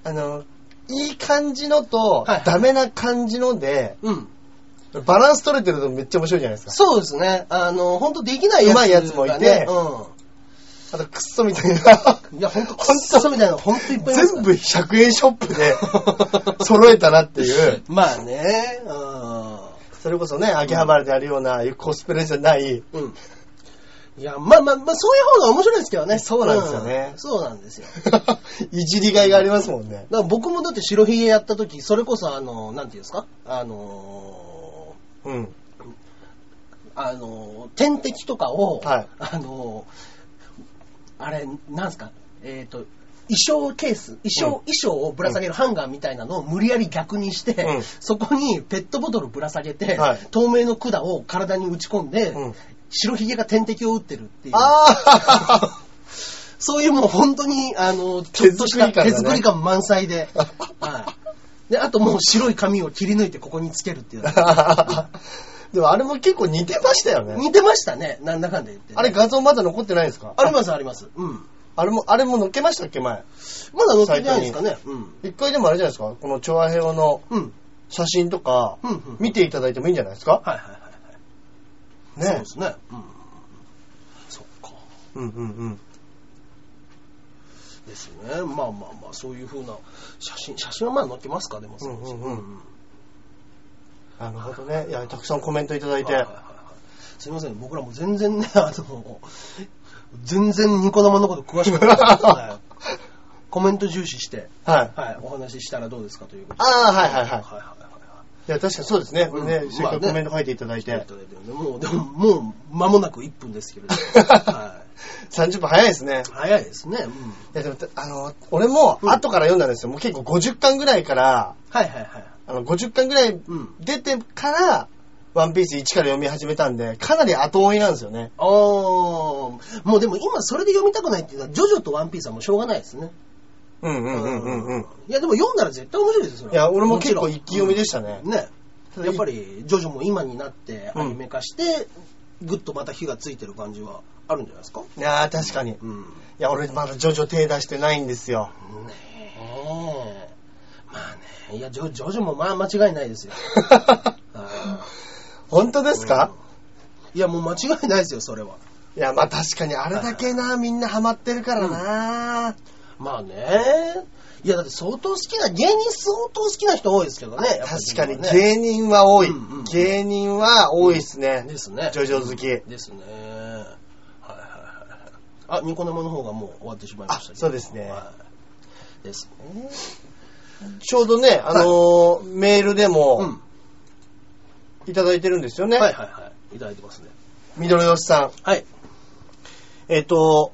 S2: あの、いい感じのと
S1: はいはい、
S2: ダメな感じので、
S1: うんうん。
S2: バランス取れてるとめっちゃ面白いじゃないです
S1: そうですね。あの、本当できない
S2: 上手いやつもいて
S1: がね
S2: か。あと、クッソみたいな。
S1: うん。いや、本当本当そうみたいなの、本当いっぱいいますから
S2: 全部100円ショップ で揃えたなっていう。
S1: まあね。うん。
S2: それこそね、秋葉原でやるようなコスプレじゃ ない。
S1: うん。いや、まあまあ、まあ、そういう方が面白いですけどね。
S2: そうなんですよね
S1: うんそうなんですよ。
S2: いじりがいがありますもんね。
S1: だから僕もだって白ひげやった時、それこそあの、なんていうんですかあの
S2: うん。
S1: ー、あのー、点滴とかを、
S2: はい
S1: あのー、あれ、なんですかえっ、と、衣装ケース、衣装、
S2: う
S1: 衣装をぶら下げるハンガーみたいなのを無理やり逆にして、
S2: うん
S1: そこにペットボトルぶら下げて、
S2: はい
S1: 透明の管を体に打ち込んで、
S2: うん
S1: 白ひげが点滴を打ってるっていう。
S2: あ
S1: そういうもう本当に、あの、ちょっとした
S2: 手作り感がね
S1: 手作り感満載 で。はい。で、あともう白い紙を切り抜いてここにつける っていう。
S2: あでもあれも結構似てましたよね。
S1: 似てましたね、なんだかんだ言ってね、
S2: あれ画像まだ残ってないですか
S1: あります、あります。うん。
S2: あれも、あれも載っけましたっけ前。
S1: まだ載ってないですかね。うん。
S2: 一回でもあれじゃないですかこの調和平和の
S1: うん。
S2: 写真とか
S1: うんうん、
S2: 見ていただいてもいいんじゃないですか
S1: はいはいはいはい。そう
S2: ね
S1: で。すね。うん。そっか。
S2: うんうんうん。
S1: ですね。まあまあまあ、そういう風な写真、写真はまあ載ってますか、でも
S2: うんうんうん
S1: ん
S2: なるほどね。いや、たくさんコメントいただい
S1: はは
S2: て
S1: は。はいすいません、僕らも全然ね、あの、全然ニコ生のこと詳しくない、はいコメント重視して、
S2: はい。
S1: はい、お話ししたらどうですかということ
S2: あ
S1: で。
S2: あ、はいはい
S1: はい
S2: は。
S1: はい
S2: いや、確かにそうですね。これ
S1: う
S2: ね、
S1: ん
S2: せっかく
S1: まあね
S2: コメント書いていただい
S1: いはい
S2: て。。
S1: もう、でも、もう、間もなく1分ですけれど も。は
S2: 30分早いですね
S1: い。。早いですね。うん。
S2: いや、でも、あの、俺も
S1: うん
S2: 後から読んだんですよ。もう結構50巻ぐらいから、
S1: はいはいはい。
S2: あの、50巻ぐらい
S1: うん。
S2: 出てから、ワンピース1から読み始めたんで、かなり後追いなんですよね。
S1: あー、もうでも今それで読みたくないっていうのは、ジョジョとワンピースはもうしょうがないですね。
S2: うんう
S1: いや、でも読んだら絶対面白いですよ。そ
S2: い
S1: れは
S2: や、俺も結
S1: ちろ
S2: 構
S1: ん
S2: 一気読みでしたね。
S1: ね。
S2: ただ
S1: やっぱり、ジョジョも今になって
S2: うん
S1: アニメ化して、ぐっとまた火がついてる感じはあるんじゃないですか
S2: いやー、確かに。い
S1: うん。ね
S2: や、俺まだジョジョ手出してないんで すよ。
S1: え。まあね、いや、ジョジョジョもまあ間違いない ですよ。あ
S2: 本当で
S1: ー
S2: すか、
S1: うんいや、もう間違いないですよ、それは。
S2: いや、まあ確かにあれだけな、みんなハマってるからな、
S1: まあね。いや、だって相当好きな、芸人相当好きな人多いですけどね。やっぱり
S2: 確かに
S1: ね
S2: 芸人は多い。
S1: うんうん
S2: 芸人は多いですね。
S1: ですね。
S2: ジョジョ好き
S1: ですね。はいはいはいはい。あ、ニコ生の方がもう終わってしまいましたけど。
S2: あそうですね
S1: はいですね。
S2: ちょうどね、あのーメールで
S1: う
S2: も
S1: ん。
S2: いただいてるんですよね。
S1: はいはいはい。いただいてますね。
S2: 緑吉さん。
S1: はい。
S2: えっ、と、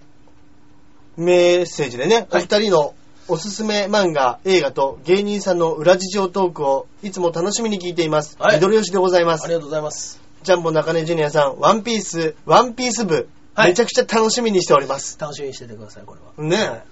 S2: メッセージでね、お
S1: はい
S2: 二人のおすすめ漫画、映画と芸人さんの裏事情トークをいつも楽しみに聞いています。
S1: はい
S2: 緑吉でございま
S1: あ
S2: す
S1: り。がとうございます。
S2: ジャンボ中根ジュニアさん、ワンピース、ワンピース部、
S1: はい
S2: めちゃくちゃ楽しみにしております。
S1: 楽しみにしててください、これは。
S2: ね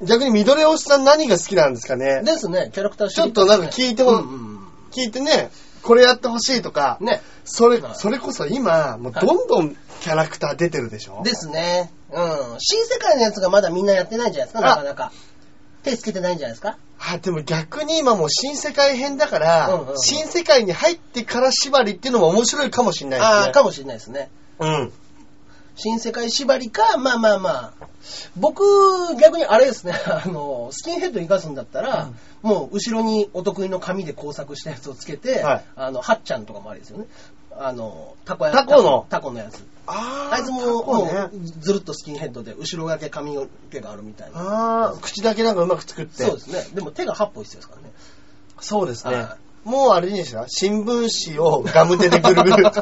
S2: え逆に緑吉さん何が好きなんですかね
S1: ですね、キャラクター知りたい
S2: ちょっとなんか聞いても
S1: うんうん
S2: 聞いてね、これやってほしいとか、
S1: うん。ね。
S2: それ
S1: は、い
S2: それこそ今、もう
S1: はい
S2: どんどんキャラクター出てるでしょ
S1: ですね。うん。新世界のやつがまだみんなやってないんじゃないですか、な
S2: あ
S1: かなか。手つけてないんじゃないですか
S2: あ、でも逆に今もう新世界編だから、
S1: うんうんうん
S2: 新世界に入ってから縛りっていうのも面白いかもしれないですね。
S1: ああ、かもしれないですね。
S2: うん。
S1: 新世界縛りか、まあまあまあ。僕、逆にあれですね、 あの、スキンヘッド生かすんだったら、もう後ろにお得意の紙で工作したやつをつけて、
S2: はい
S1: あの、はっちゃんとかもありですよね。あの、タコや
S2: タコの
S1: タコのやつ。
S2: あー
S1: あいつも、
S2: タコね
S1: もうずるっとスキンヘッドで、後ろだけ髪の毛があるみたいな。
S2: ああ、口だけなんかうまく作って。
S1: そうですね。でも手が8本必要ですからね。
S2: そうですね
S1: は。
S2: もうあれにした新聞紙をガム手でぐるぐ る。
S1: ち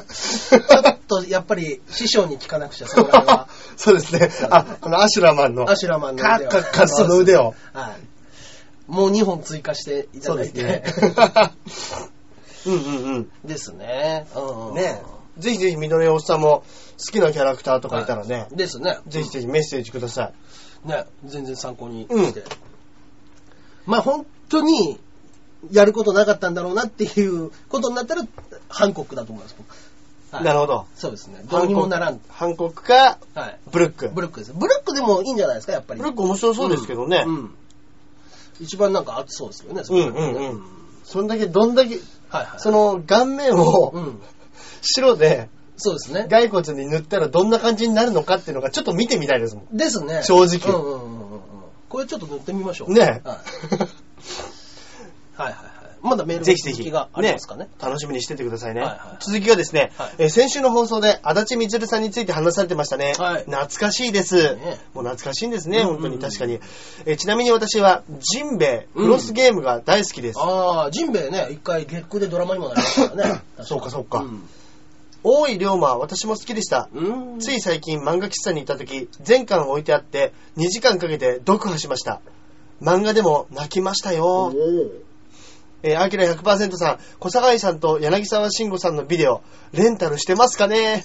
S1: ょっと、やっぱり、師匠に聞かなくちゃ、そこら辺 は。
S2: そうですね。あ、このアシュラマンの。
S1: アシュラマンの
S2: カ
S1: 腕
S2: ッ
S1: を。
S2: カッカッその腕を。
S1: はい。もう2本追加していた
S2: そう
S1: だ
S2: で
S1: い
S2: す
S1: て。
S2: ね。 うんうん
S1: ですね。う。
S2: うんん。ねぜひぜひ、みのりおっさんも好きなキャラクターとかいたらね、
S1: ですね。
S2: ぜひぜひメッセージください。
S1: ね、全然参考にして。
S2: うん
S1: まあ本当に、やることなかったんだろうなっていうことになったら、ハンコックだと思います。はい
S2: なるほど。
S1: そうですね。どうにもならん。
S2: ハンコックか、
S1: はい。
S2: ブルック。
S1: ブルックです。ブルックでもいいんじゃないですか、やっぱり。
S2: ブルック面白そうですけどね。
S1: うん。うん一番なんか熱そうですよね、そこら辺ね
S2: うんうんうんそんだけ、どんだけ、
S1: はいはい。
S2: そ、の顔面
S1: う
S2: を
S1: ん。
S2: 白で
S1: そうですね。
S2: 骸骨に塗ったらどんな感じになるのかっていうのがちょっと見てみたいですも
S1: ですね。
S2: 正直
S1: うんうんうんうんうん。これちょっと塗ってみましょう。
S2: ん。ね
S1: はい。はいはいはい。まだメール
S2: ぜひぜひ
S1: 続きがありますかね。
S2: 楽しみにしててくださいね。
S1: はいはい
S2: 続きがですね、
S1: はい
S2: えー先週の放送で足立みずるさんについて話されてましたね。
S1: はい
S2: 懐かしいです。
S1: ね
S2: もう懐かしいんですね、
S1: うんうんうん
S2: 本当に確かに、えーちなみに私はジンベイクロスゲームが大好きです。。
S1: ああ、ジンベエね、一回月9でドラマにもなりましたからね
S2: そうかそうか
S1: ん
S2: 大井龍馬、私も好きでした。
S1: うん。
S2: つい最近漫画喫茶に行った時、全巻置いてあって、2時間かけて読破しました。漫画でも泣きました
S1: お
S2: よ。
S1: ー
S2: えー、アキラ100%さん、小坂井さんと柳沢慎吾さんのビデオ、レンタルしてますかね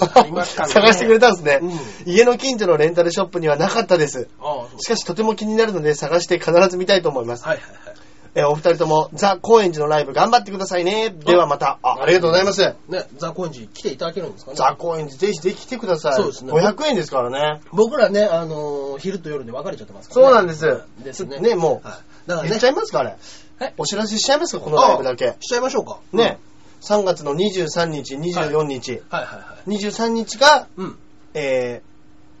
S1: うんありますかね
S2: 探してくれたんですね、
S1: うん
S2: 家の近所のレンタルショップにはなかったです。
S1: ああ、そう
S2: しかしとても気になるので探して必ず見たいと思います。
S1: はいはいはい。
S2: えーお二人ともザ・高円寺のライブ頑張ってくださいね。ではまた。あありがとうございます。
S1: ね、ザ・コエンジ来ていただけるんですかね。
S2: ザ・高円寺ぜひぜひ来てください。
S1: そうですね
S2: 500円ですからね。
S1: 僕らね、あのー昼と夜で分かれちゃってますからね。
S2: そうなんです。
S1: ですね。
S2: ね、もう。
S1: はい。だから
S2: 言っ
S1: ね
S2: ちゃ、いますかあれ
S1: え。
S2: お知らせしちゃいますかこのライブだけ。
S1: しちゃいましょうか。
S2: ね。3月の23日、24日。
S1: はいはいはい。
S2: 23日が、
S1: うん。
S2: え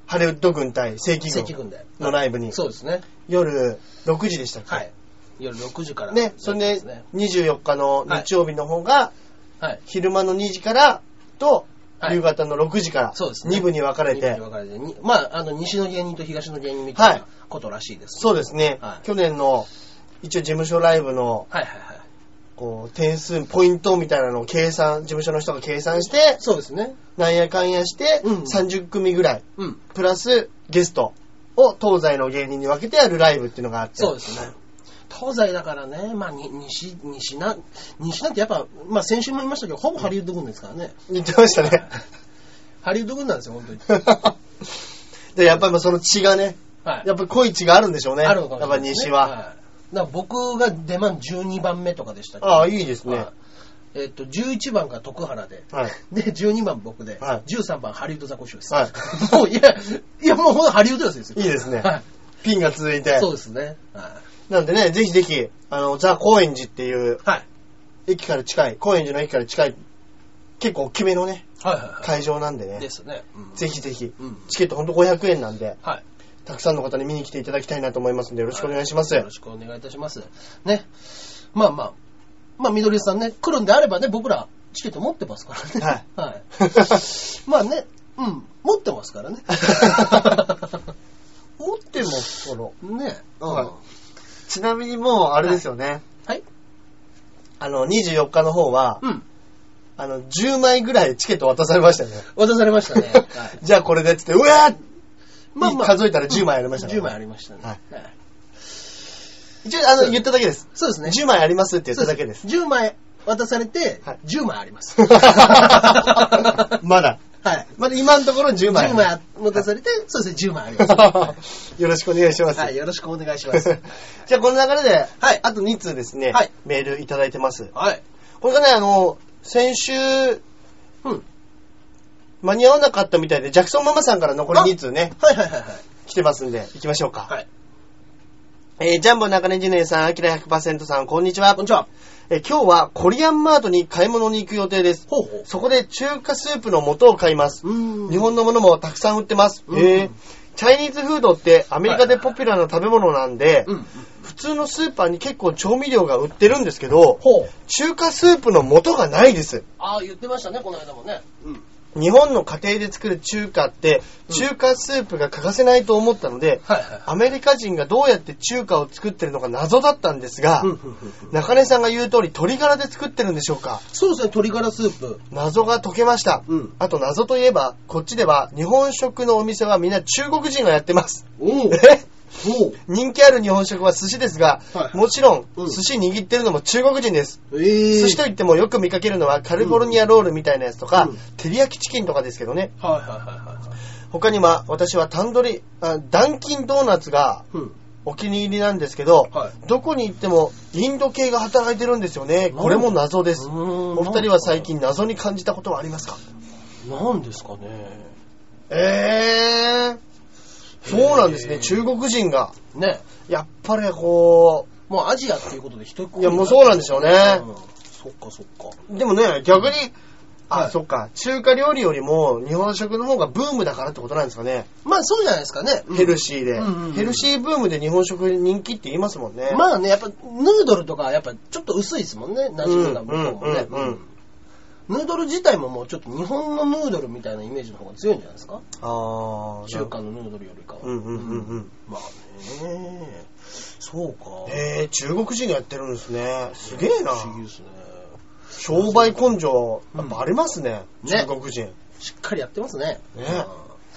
S2: ー、ハリウッド軍対正規
S1: 関軍
S2: 軍
S1: で。
S2: のライブに、
S1: そうですね。
S2: 夜6時でしたっけ、
S1: はい。夜6時から。
S2: ね、それ
S1: で
S2: です
S1: ね。
S2: 24日の日曜日の方が、
S1: はい。
S2: 昼間の2時からと、
S1: はい
S2: 夕方の6時から、
S1: そうですね
S2: 2部に分かれ
S1: 二部
S2: て
S1: に、分かれてにまあ、あの、西の芸人と東の芸人みたい
S2: はい
S1: なことらしいです。
S2: そうですね、
S1: はい
S2: 去年の、一応事務所ライブの、
S1: はいはいはい。
S2: こう、点数、ポイントみたいなのを計算、事務所の人が計算して、
S1: そうですね。
S2: なんやかんやして、
S1: うん
S2: 30組ぐらい、
S1: うん。
S2: プラスゲストを東西の芸人に分けてやるライブっていうのがあって、
S1: そうですね。東西だからね、まあ、に西、西な、西なんてやっぱ、まあ、先週も言いましたけど、ほぼハリウッド軍ですからね。
S2: 言ってましたね。
S1: ハリウッド軍なんですよ、本当に。
S2: で、やっぱりまあその血がね、
S1: はい。
S2: やっぱり濃い血があるんでしょうね。
S1: あるのかも
S2: や
S1: し
S2: っぱ
S1: れ
S2: り
S1: ないです
S2: 西
S1: ね、
S2: は。
S1: いだから僕が出番12番目とかでしたけど
S2: ああ、いいですね。
S1: はいえっと、11番が徳原で、
S2: はい。
S1: で、12番僕で、
S2: はい
S1: 13番ハリウッドザコショウです。
S2: はい
S1: もう、いや、いや、もうほんとハリウッドですよ。
S2: いいですね
S1: は
S2: ピンが続い
S1: い。
S2: て。
S1: そうですね。は
S2: なんでね、ぜひぜひ、あの、ザ・高円寺っていう、
S1: い。はい。
S2: 駅から近い、高円寺の駅から近い、結構大きめのね、
S1: はいはいは
S2: 会場なんで
S1: い。
S2: ね
S1: で。すね。うん
S2: ぜひぜひ。
S1: うん。
S2: チケットほんと500円なんで、
S1: はい。
S2: たくさんの方に見に来ていただきたいなと思いますんで、よろしくお願いします。
S1: よろしくお願いいたします。ね。まあまあ、まあ、緑さんね、来るんであればね、僕ら、チケット持ってますからね。はい。まあね、うん、持ってますから ね。
S2: 持っても、その、
S1: ね。
S2: はいちなみにもう、あれですよね。
S1: はい。
S2: あの、24日の方は、
S1: うん。
S2: あの、10枚ぐらいチケット渡されましたよね。
S1: 渡されま したね。はい。
S2: じゃあこれでっつって、うわー
S1: まあまあ
S2: 数えたら10枚ありましたね
S1: 10枚ありましたね。
S2: は
S1: はい
S2: 一応、あの、言っただけです。
S1: そうですね。
S2: 10枚ありますって言っただけです。
S1: 10枚渡されて
S2: はい、
S1: 10枚あり ます。は
S2: まだ。
S1: い。
S2: まだ今のところ10枚。
S1: 10枚渡されて、そうですね、10枚あり ます。
S2: よろしくお願いします。
S1: はい、よろしくお願いします。
S2: じゃあこの流れで、
S1: はい
S2: あと2通ですね、
S1: はい
S2: メールいただいてます。
S1: はい。
S2: これがね、あの、先週、
S1: うん。
S2: 間に合わなかったみたいで、ジャクソンママさんから残り2通ね、
S1: はいはいはいはい。
S2: 来てますんで、行きましょうか。
S1: はい。
S2: えージャンボ中根ジュネさん、アキラ100%さん、こんにちは
S1: こん。にちは。
S2: えー今日はコリアンマートに買い物に行く予定です。
S1: ほうほ
S2: そこで中華スープの素を買います。
S1: う。うん
S2: 日本のものもたくさん売ってます。
S1: うん
S2: へーチャイニーズフードってアメリカでポピュラーな食べ物なんで、
S1: うん。
S2: 普通のスーパーに結構調味料が売ってるんですけど、
S1: ほう。
S2: 中華スープの素がないです。
S1: ああ、言ってましたね、この間もね。うん。
S2: 日本の家庭で作る中華って、
S1: うん
S2: 中華スープが欠かせないと思ったので、
S1: はいはいは
S2: アメリカ人がどうやって中華を作ってるのか謎だったんですが、
S1: うんうんうん
S2: 中根さんが言う通り鶏ガラで作ってるんでしょうか
S1: そうですね、鶏ガラスープ。
S2: 謎が解けました、
S1: うん
S2: あと謎といえばこっちでは日本食のお店はみんな中国人がやってます
S1: お
S2: え
S1: おう
S2: 人気ある日本食は寿司ですが、
S1: はい
S2: もちろん
S1: うん
S2: 寿司握ってるのも中国人です、
S1: ええ
S2: 寿司といってもよく見かけるのはカリフォルニアロールみたいなやつとか、
S1: うん
S2: 照り焼きチキンとかですけどね
S1: はいはいはいはいはい。
S2: 他には私はタンドリあダンキンドーナツが
S1: うん。
S2: お気に入りなんですけど、
S1: は
S2: どこに行ってもインド系が働いてるんですよねこれも謎です
S1: うーん
S2: お二人は最近謎に感じたことはありますか
S1: なんですかね。
S2: ええそうなんですね中国人が
S1: ね。
S2: やっぱりこ
S1: もうアジアっていうことで一人っ子
S2: いやもうそうなんでしょうね
S1: うんそっかそっか。
S2: うでもね逆にあ、
S1: はい
S2: そっか中華料理よりも日本食の方がブームだからってことなんですかね、
S1: まあそうじゃないですかね。
S2: ヘルシーで、
S1: うんうんうん
S2: ヘルシーブームで日本食人気って言いますもんね、
S1: まあね、やっぱ、ヌードルとかはやっぱちょっと薄いですもんね、馴染んだものもね。
S2: うんうんうんうん
S1: ヌードル自体ももうちょっと日本のヌードルみたいなイメージの方が強いんじゃないですか
S2: あー
S1: 中華のヌードルよりかは。
S2: うんうんうんうん
S1: まあね、そうか。
S2: へえ中国人がやってるんですねすげえな
S1: 不思議ですね。
S2: 商売根性やっぱありますね、
S1: うんね
S2: 中国人
S1: しっかりやってますね。
S2: ね
S1: うん
S2: だか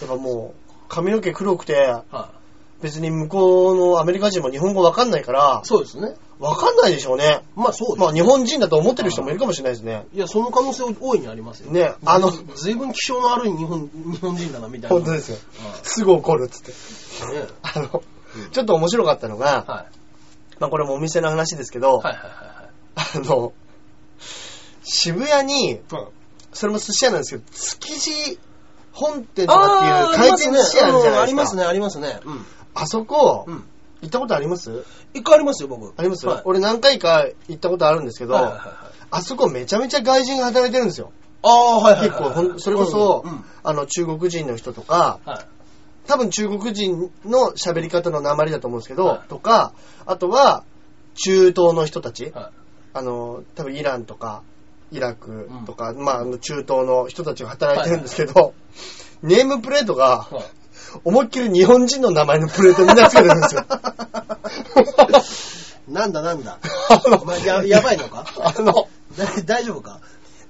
S2: らもう髪の毛黒くて
S1: は
S2: 別に向こうのアメリカ人も日本語わかんないから
S1: い。そうですね。
S2: わかんないでしょうね
S1: まあそうです
S2: まあ日本人だと思ってる人もいるかもしれないですね
S1: いや、その可能性大いにありますよ。
S2: ねあの
S1: ずいずいぶん気性の悪い日本、日本人だな、みたいな。
S2: 本当ですよすぐ怒るっつって
S1: うん。ね
S2: あのちょっと面白かったのが、
S1: はい。
S2: まあこれもお店の話ですけど、
S1: はいはいは
S2: あの渋谷に
S1: いはい。
S2: それも寿司屋なんですけど、築地本店とか
S1: あ
S2: っ
S1: あ
S2: て
S1: ー、
S2: いう回転寿司屋あるじゃないですか。
S1: ありますね、ありますね。うん。
S2: あそこ、
S1: うん
S2: 行ったことあります
S1: 一回ありますよ、僕。
S2: あります、
S1: はい
S2: 俺何回か行ったことあるんですけど、
S1: はいはいはいはい
S2: あそこめちゃめちゃ外人が働いてるんですよ。
S1: ああ、はいはい
S2: 結
S1: はい
S2: 構
S1: はい。
S2: ほん、それこそ、
S1: うんうん
S2: あの、中国人の人とか、
S1: はい。
S2: 多分中国人の喋り方の鉛だと思うんですけど、
S1: はい
S2: とか、あとは、中東の人たち、
S1: は
S2: あの、多分イランとか、イラクとか、まあ、あの中東の人たちが働いてるんですけど、 ネームプレートが、
S1: い。はい
S2: 思いっきり日本人の名前のプレートみんなつけてる んですよ。
S1: なんだなんだ。
S2: あの
S1: お前ややばいのか
S2: あの、
S1: だ大丈夫か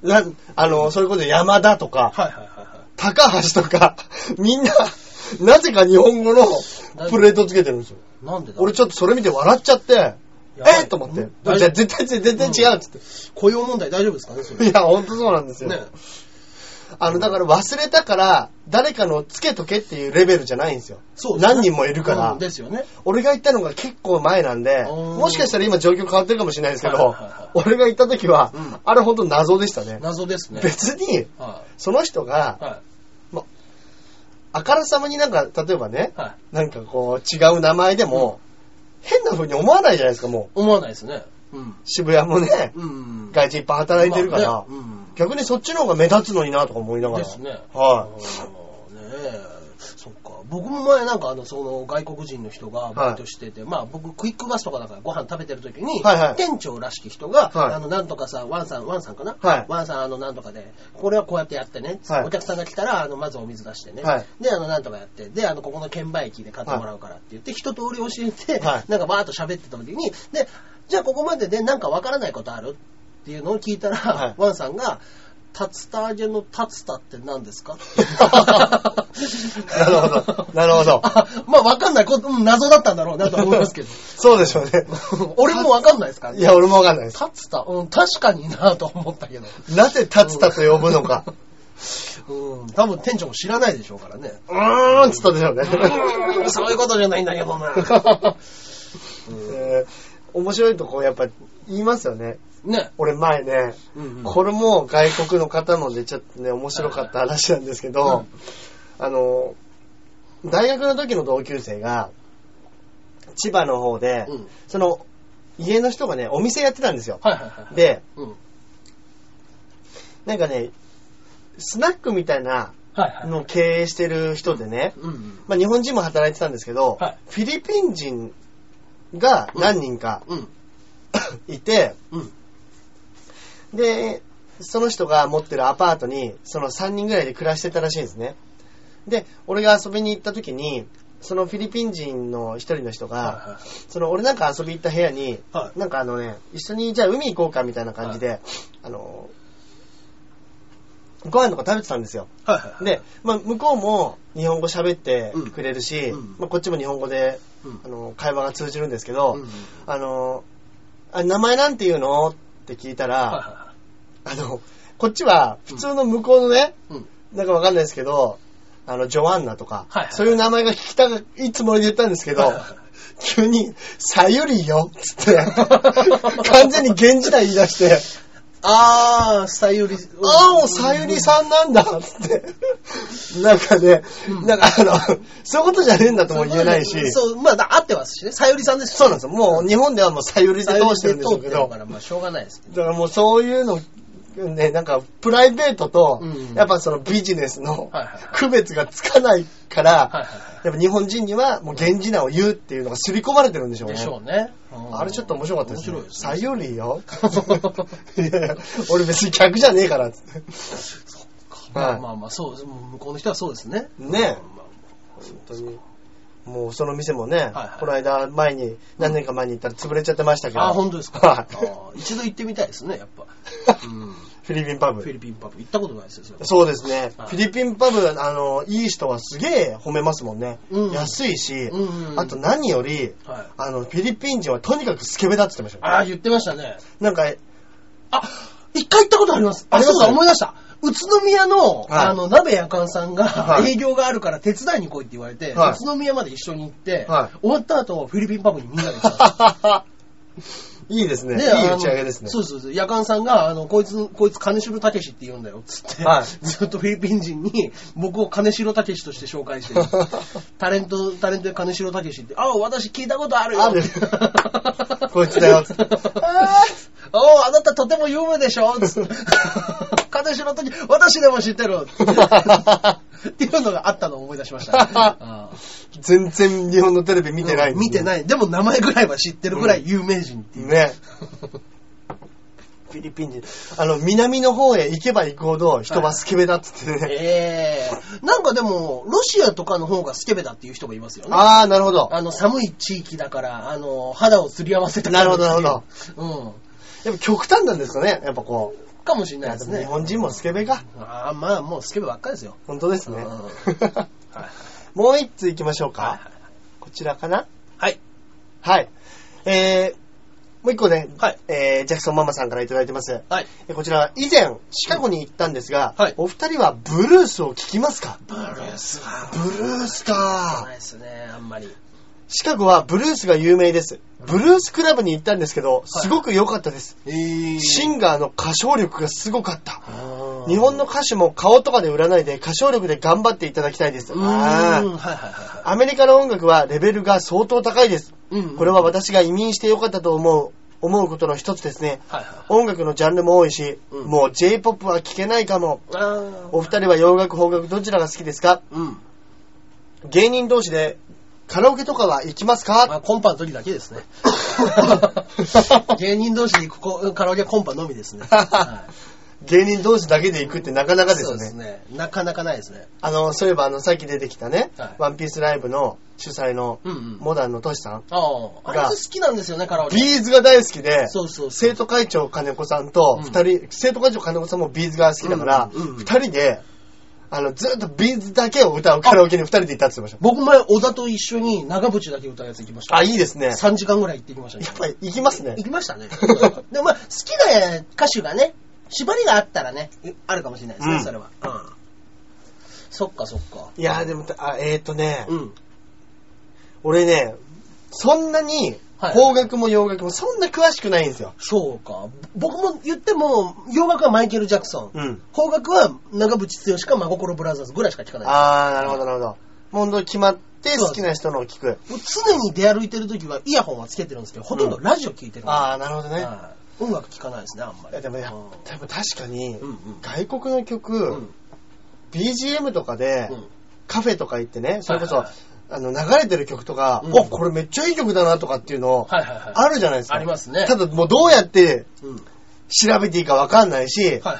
S2: なんあの、それこそ山田とか、
S1: はいはいはいはい。
S2: 高橋とか、みんな、なぜか日本語のプレートつけてるんですよ。
S1: なんでだ
S2: 俺ちょっとそれ見て笑っちゃって、
S1: やばい
S2: えっと思って
S1: うん。大
S2: じ
S1: 丈
S2: ゃ
S1: 夫
S2: 絶対、絶対違うっつって。
S1: 雇用問題大丈夫ですかね、それ。
S2: いや、ほんとそうなんですよ。
S1: ね。
S2: あの、だから忘れたから、誰かのつけとけっていうレベルじゃないんですよ。
S1: そうですね
S2: 何人もいるから
S1: うん。ですよね。
S2: 俺が行ったのが結構前なんで、
S1: おー
S2: もしかしたら今状況変わってるかもしれないですけ
S1: はい
S2: ど
S1: はいはいはい、
S2: 俺が行った時は
S1: うん、
S2: あれほんと謎でしたね。
S1: 謎ですね。
S2: 別に、
S1: は
S2: その人が
S1: い。、は
S2: あからさまになんか、例えばね
S1: い。、はい。
S2: なんかこう、違う名前でも、変な風に思わないじゃないですか、もう。
S1: 思わないですね。うん。
S2: 渋谷もね、
S1: うん。
S2: 外人いっぱい働いてるから
S1: まあね、うん。
S2: 逆にそっちの方が目立つのになとか思いながら。
S1: ですね。あ
S2: は
S1: ーねえそっか。僕も前なんかあの、その外国人の人がバイトしてて、まあ僕クイックバスとかだからご飯食べてる時に、
S2: はいはい
S1: 店長らしき人が、
S2: はい
S1: あの、なんとかさん、ワンさん、ワンさんかな、
S2: はい
S1: ワンさんあの、なんとかで、これはこうやってやってね、
S2: はい
S1: お客さんが来たら、あの、まずお水出してね、
S2: はい
S1: で、あの、なんとかやって、で、あの、ここの券売機で買ってもらうからって言って、一通り教えて、
S2: はい
S1: なんかバーッと喋ってた時に、で、じゃあここまででなんかわからないことあるっていうのを聞いたら、
S2: はい
S1: ワンさんが、竜田揚げの竜田って何ですか
S2: なるほどなるほど
S1: あ まあ、わかんないこと、うん謎だったんだろうなとは思いますけど
S2: い。。そうで しょうね。
S1: 俺もわかんないですから
S2: い
S1: ね。
S2: や、俺もわかんないです。
S1: 竜田、うん、確かになと思ったけど。
S2: なぜ立つたと呼ぶのか。
S1: うん、多分店長も知らないでしょうから ね。
S2: うーんっつったで しょうね。
S1: うんそういうことじゃないんだけど な。
S2: えー面白いとこやっぱ言いますよね。
S1: ね。
S2: 俺前ね、
S1: うんうん
S2: これも外国の方のでちょっとね、面白かった話なんですけ
S1: う
S2: ど、
S1: ん
S2: あの、大学の時の同級生が、千葉の方で、
S1: うん
S2: その、家の人がね、お店やってたんですよ。
S1: はいはいはい。、
S2: で、
S1: うん。はい
S2: なんかね、スナックみたいな
S1: はい。
S2: のを経営してる人でね、
S1: うんうん。
S2: まあ、日本人も働いてたんですけど、
S1: はい
S2: フィリピン人が何人か
S1: うん。
S2: いて、
S1: うん。
S2: で、その人が持ってるアパートに、その3人ぐらいで暮らしてたらしいんですね。で、俺が遊びに行った時に、そのフィリピン人の一人の人が、
S1: は
S2: その俺なんか遊び行った部屋に、
S1: はい
S2: なんかあのね、一緒にじゃあ海行こうかみたいな感じで、あの、ご飯とか食べてたんですよ。
S1: いはい。
S2: で、まあ、向こうも日本語喋ってくれるし、
S1: うんうん
S2: まあ、こっちも日本語で
S1: うん
S2: あの会話が通じるんですけど、
S1: うんうん
S2: あのあ、名前なんて言うのって聞いた
S1: はい
S2: ら、
S1: は
S2: あの、こっちは普通の向こうのね、
S1: いうん
S2: なんかわかんないですけど、あの、ジョアンナとか、
S1: はいはい
S2: そういう名前が聞きたいつもりで言ったんですけど、
S1: はいはい
S2: 急に、さゆりよっつって、完全に現時代言い出して、
S1: あー、さゆり。
S2: ああ、さゆりさんなんだっつって。なんかね、なんかあの、そういうことじゃねえんだとも言えないし、
S1: そう、まあ、だ合ってますしね。さゆりさんですし
S2: そうなんですよ。もう日本ではもうさゆりで通
S1: さゆり
S2: してるんでしょう
S1: で通っ
S2: け
S1: て
S2: ど
S1: る、から、まあ、しょうがないですけど。
S2: だからもうそういうの、ね、なんかプライベートと
S1: うん、
S2: やっぱそのビジネス
S1: は
S2: の
S1: いはいはい
S2: 区別がつかない
S1: は
S2: か
S1: い
S2: ら、
S1: はいは
S2: やっぱ日本人にはもう源氏名を言うっていうのが刷り込まれてるんでしょ
S1: い。
S2: うね
S1: でし。ょうね。うん
S2: あれちょっと面白かったですね。
S1: 面白いです
S2: さ
S1: ね。
S2: ゆりよ。いやいや、俺別に客じゃねえからっつって。
S1: まあまあまあ、そうです。向こうの人はそうですね。
S2: ねえ。
S1: まあ
S2: 本当に。もうその店もね、
S1: いはい
S2: この間前に、何年か前に行ったら潰れちゃってましたけど。
S1: あ、本当ですか。
S2: はい
S1: あー一度行ってみたいですね、やっぱ。うん
S2: フィリピンパ
S1: フィ
S2: ブ。
S1: リピンパブ行ったことないですよ、それ
S2: そうですね。
S1: はい
S2: フィリピンパブ、あの、いい人はすげえ褒めますもんね。
S1: うん
S2: 安いし、
S1: うんうん
S2: あと何より、
S1: はい。
S2: あの、フィリピン人はとにかくスケベだって言ってました
S1: あ
S2: よ。
S1: あ、言ってましたね。
S2: なんか、
S1: あ、一回行ったことあります。
S2: あ
S1: あ、
S2: ります
S1: そうだ、思い出した。宇都宮の、
S2: はい
S1: あの、鍋やかんさんが
S2: は、い
S1: 営業があるから手伝いに来いって言われて、
S2: はい
S1: 宇都宮まで一緒に行って、
S2: は
S1: 終わった後、フィリピンパブにみんなで来た。
S2: いいですね。いい
S1: あの
S2: 打ち上げですね。
S1: そうそうそう。夜間さんが、あの、こいつ、こいつ金城武士って言うんだよ、つって、
S2: はい
S1: ずっとフィリピン人に、僕を金城武士として紹介して るタレント、タレントで金城武士って、あ、私聞いたことあるよ。
S2: あるこいつだよつって
S1: あーおあなたとても有名でし ょつって。金城武士、私でも知ってる。っていうのがあったのを思い出しました、あー
S2: 全然日本のテレ ビ見てない、
S1: 見て
S2: い。
S1: ない。でも名前ぐらいは知ってるぐらい有名人っていう。
S2: ね。フィリピン人。あの、南の方へ行けば行くほど人はスケベだっつってね。
S1: ええなんかでも、ロシアとかの方がスケベだっていう人もいますよね。あ
S2: ああ、なるほど。
S1: の、寒い地域だから、あの、肌をすり合わせた
S2: なるほどなるほ
S1: ど。
S2: やっぱ極端なんですかね。やっぱこう。
S1: うん。かもしれない
S2: や
S1: で
S2: っぱ
S1: すね。
S2: 日本人もスケベか。
S1: ああ、まあ、もうスケベばっかりですよ。
S2: 本当ですね
S1: うん。はい。
S2: もう一つ行きましょう
S1: はい
S2: か。こちらかな
S1: はい。
S2: はい。えー、もう一個ね。
S1: はい
S2: えー、ジャクソンママさんからいただいてます。
S1: はい。
S2: えこちらは以前、シカゴに行ったんですが、
S1: はい
S2: お二人はブルースを聞きますか
S1: ブルースは、
S2: ブルース
S1: 聞か
S2: か
S1: ない。ですね、あんまり。
S2: シカゴはブルースが有名です。ブルースクラブに行ったんですけど、すごく良かったです。
S1: えー
S2: シンガーの歌唱力がすごかった。日
S1: 日
S2: 本の歌手も顔とかで売らないで歌唱力で頑張っていただきたいです。
S1: うん、はい
S2: あ
S1: はい
S2: ー
S1: はいは
S2: アメリカの音楽はレベルが相当高いです。
S1: い。うん
S2: これは、私が移民して良かったと思う、思うことの一つですね。
S1: はいはい。
S2: 音楽のジャンルも多いし、
S1: うん
S2: もう J-POP は聴けないかも。
S1: あー
S2: お二人は洋楽、邦楽どちらが好きですか
S1: うん。
S2: 芸人同士でカラオケとかは行きますか
S1: まあ、コンパの時だけ ですね。芸人同士で行くこカラオケはコンパのみですね。は
S2: 芸人同士だけで行くってなかなか
S1: い、
S2: です
S1: そ
S2: よ
S1: うで
S2: ね。
S1: すね。なかなかないですね。
S2: あの、そういえばあの、さっき出てきたね、
S1: はい
S2: ワンピースライブの主催の
S1: うんうん。
S2: モダンのトシさん。
S1: ああ、あいつ好きなんですよね、カラオケ。
S2: ビーズが大好きで、
S1: そうそうそう。
S2: 生徒会長金子さんと
S1: うん
S2: 二人、生徒会長金子さんもビーズが好きだから、
S1: うんうんうんうん
S2: 二人で、あの、ずっとビーズだけを歌うカラオケに二人で行ったって言ってまし。
S1: 僕前、小田と一緒に長渕だけ歌うやつ行きましたた。
S2: あ、いいですね。や
S1: 3時間ぐらい行ってきましたね。
S2: っぱり行きますね
S1: 行。きましたね。 でもまあ、好きな歌手がね、縛りがあったらね、あるかもしれないですね、
S2: うん
S1: それは。うん。そっかそっか。
S2: いやーでも、あえっ、ー、とね、
S1: うん。
S2: 俺ね、そんなに、
S1: はい
S2: 邦楽も洋楽もそんな詳しくないんですよ。
S1: そうか。僕も言っても、洋楽はマイケル・ジャクソン。
S2: うん。
S1: 邦楽は長渕剛か真心ブラザーズぐらいしか聞かない。
S2: あー、なるほど、なるほど。もう本当に決まって好きな人のを聞く。
S1: もう常に出歩いてる時はイヤホンはつけてるんですけど、ほとんどラジオ聞いてるんで
S2: あー、なるほどね。
S1: はい音楽聞かないですね、あんま
S2: いや
S1: り。
S2: でもやっ
S1: うん
S2: ぱ確かに
S1: うんうん
S2: 外国の曲、
S1: うん
S2: BGM とかで、
S1: うん
S2: カフェとか行ってねそれこそ、
S1: はいはい
S2: あの流れてる曲とか、
S1: うん
S2: おこれめっちゃいい曲だなとかっていうの、
S1: はいはいはい。
S2: あるじゃないですか
S1: ありますね
S2: ただもうどうやって
S1: うん
S2: 調べていいかわかんないし、
S1: はいはいは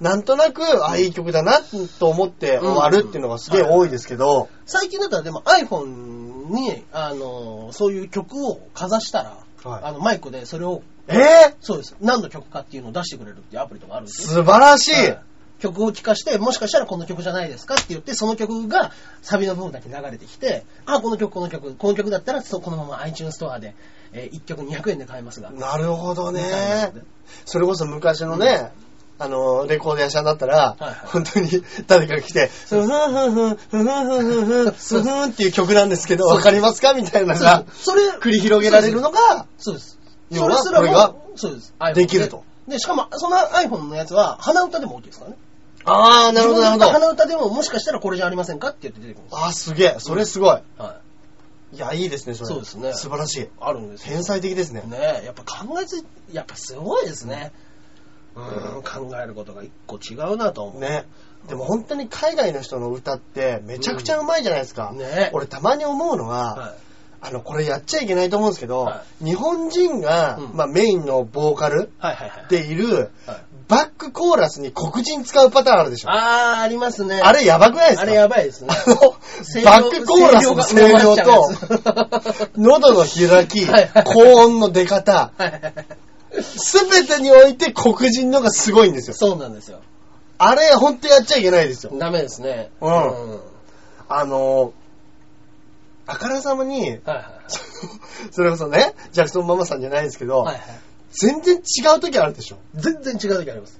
S1: い。
S2: なんとなく、あ、いい曲だな、と思って終わるっていうのがすげえ多いですけど、
S1: 最近だったらでも iPhone に、あのーそういう曲をかざしたら、
S2: はい
S1: あの、マイクでそれを、
S2: えぇ、
S1: そうです。何の曲かっていうのを出してくれるっていうアプリとかあるんですよ
S2: 素晴らしい、
S1: はい曲を聴かして、もしかしたらこの曲じゃないですかって言って、その曲がサビの部分だけ流れてきて、あ、この曲、この曲、この曲だったら、そうこのまま iTunes ストアで、え1曲200円で買えますが。
S2: なるほど
S1: みたいな
S2: ね
S1: の。で
S2: それこそ昔のね、あの、レコード屋さんだったら、
S1: はいはい
S2: 本当に誰かが来て、ふんふんふん、ふんふんふんふん、ふんふんっていう曲なんですけど、わかりますかみたいなのが、
S1: それ、
S2: 繰り広げられるのが、
S1: そうです。
S2: 要
S1: そ
S2: は
S1: れすら
S2: これが
S1: も、そうです。iPhone
S2: できると
S1: で。で、しかも、その iPhone のやつは、鼻歌でも OK ですからね。
S2: あー、なるほど、な
S1: 自分の
S2: るほど。
S1: 鼻歌でも、もしかしたらこれじゃありませんかって言って出てくるんです。
S2: あー、すげえ。それすごい。
S1: はい。
S2: いや、いいですね、それ。
S1: そうですね
S2: 素晴らしい。
S1: あるんですよ
S2: 天才的ですね。
S1: ねえやっぱ考えず、やっぱすごいですね。うん、考えることが一個違うなと思う。
S2: ね。でも本当に海外の人の歌ってめちゃくちゃうまいじゃないですか。
S1: うんね
S2: 俺たまに思うのは、
S1: は
S2: あの、これやっちゃいけないと思うんですけど、
S1: は
S2: 日本人が、
S1: うん
S2: まあメインのボーカル
S1: い。はいはいはい。
S2: でいる、
S1: はい
S2: バックコーラスに黒人使うパターンあるでしょ。
S1: あ
S2: あ
S1: ー、ありますね。
S2: れやばくないですか
S1: あれやばいですね。
S2: あの、 バックコーラスの声量と、喉の開 き
S1: はいは、い
S2: 高音の出方、
S1: はいはいはい
S2: すべてにおいて黒人のがすごいんですよ。
S1: そうなんですよ。
S2: あれ本当やっちゃいけないですよ。
S1: ダメですね。
S2: うん
S1: うん
S2: あの、あからさまに、
S1: はいはいはい。
S2: それこそね、ジャクソンママさんじゃないですけど、
S1: はいはい。
S2: 全然違う時あるでしょ。
S1: 全然違う時あります。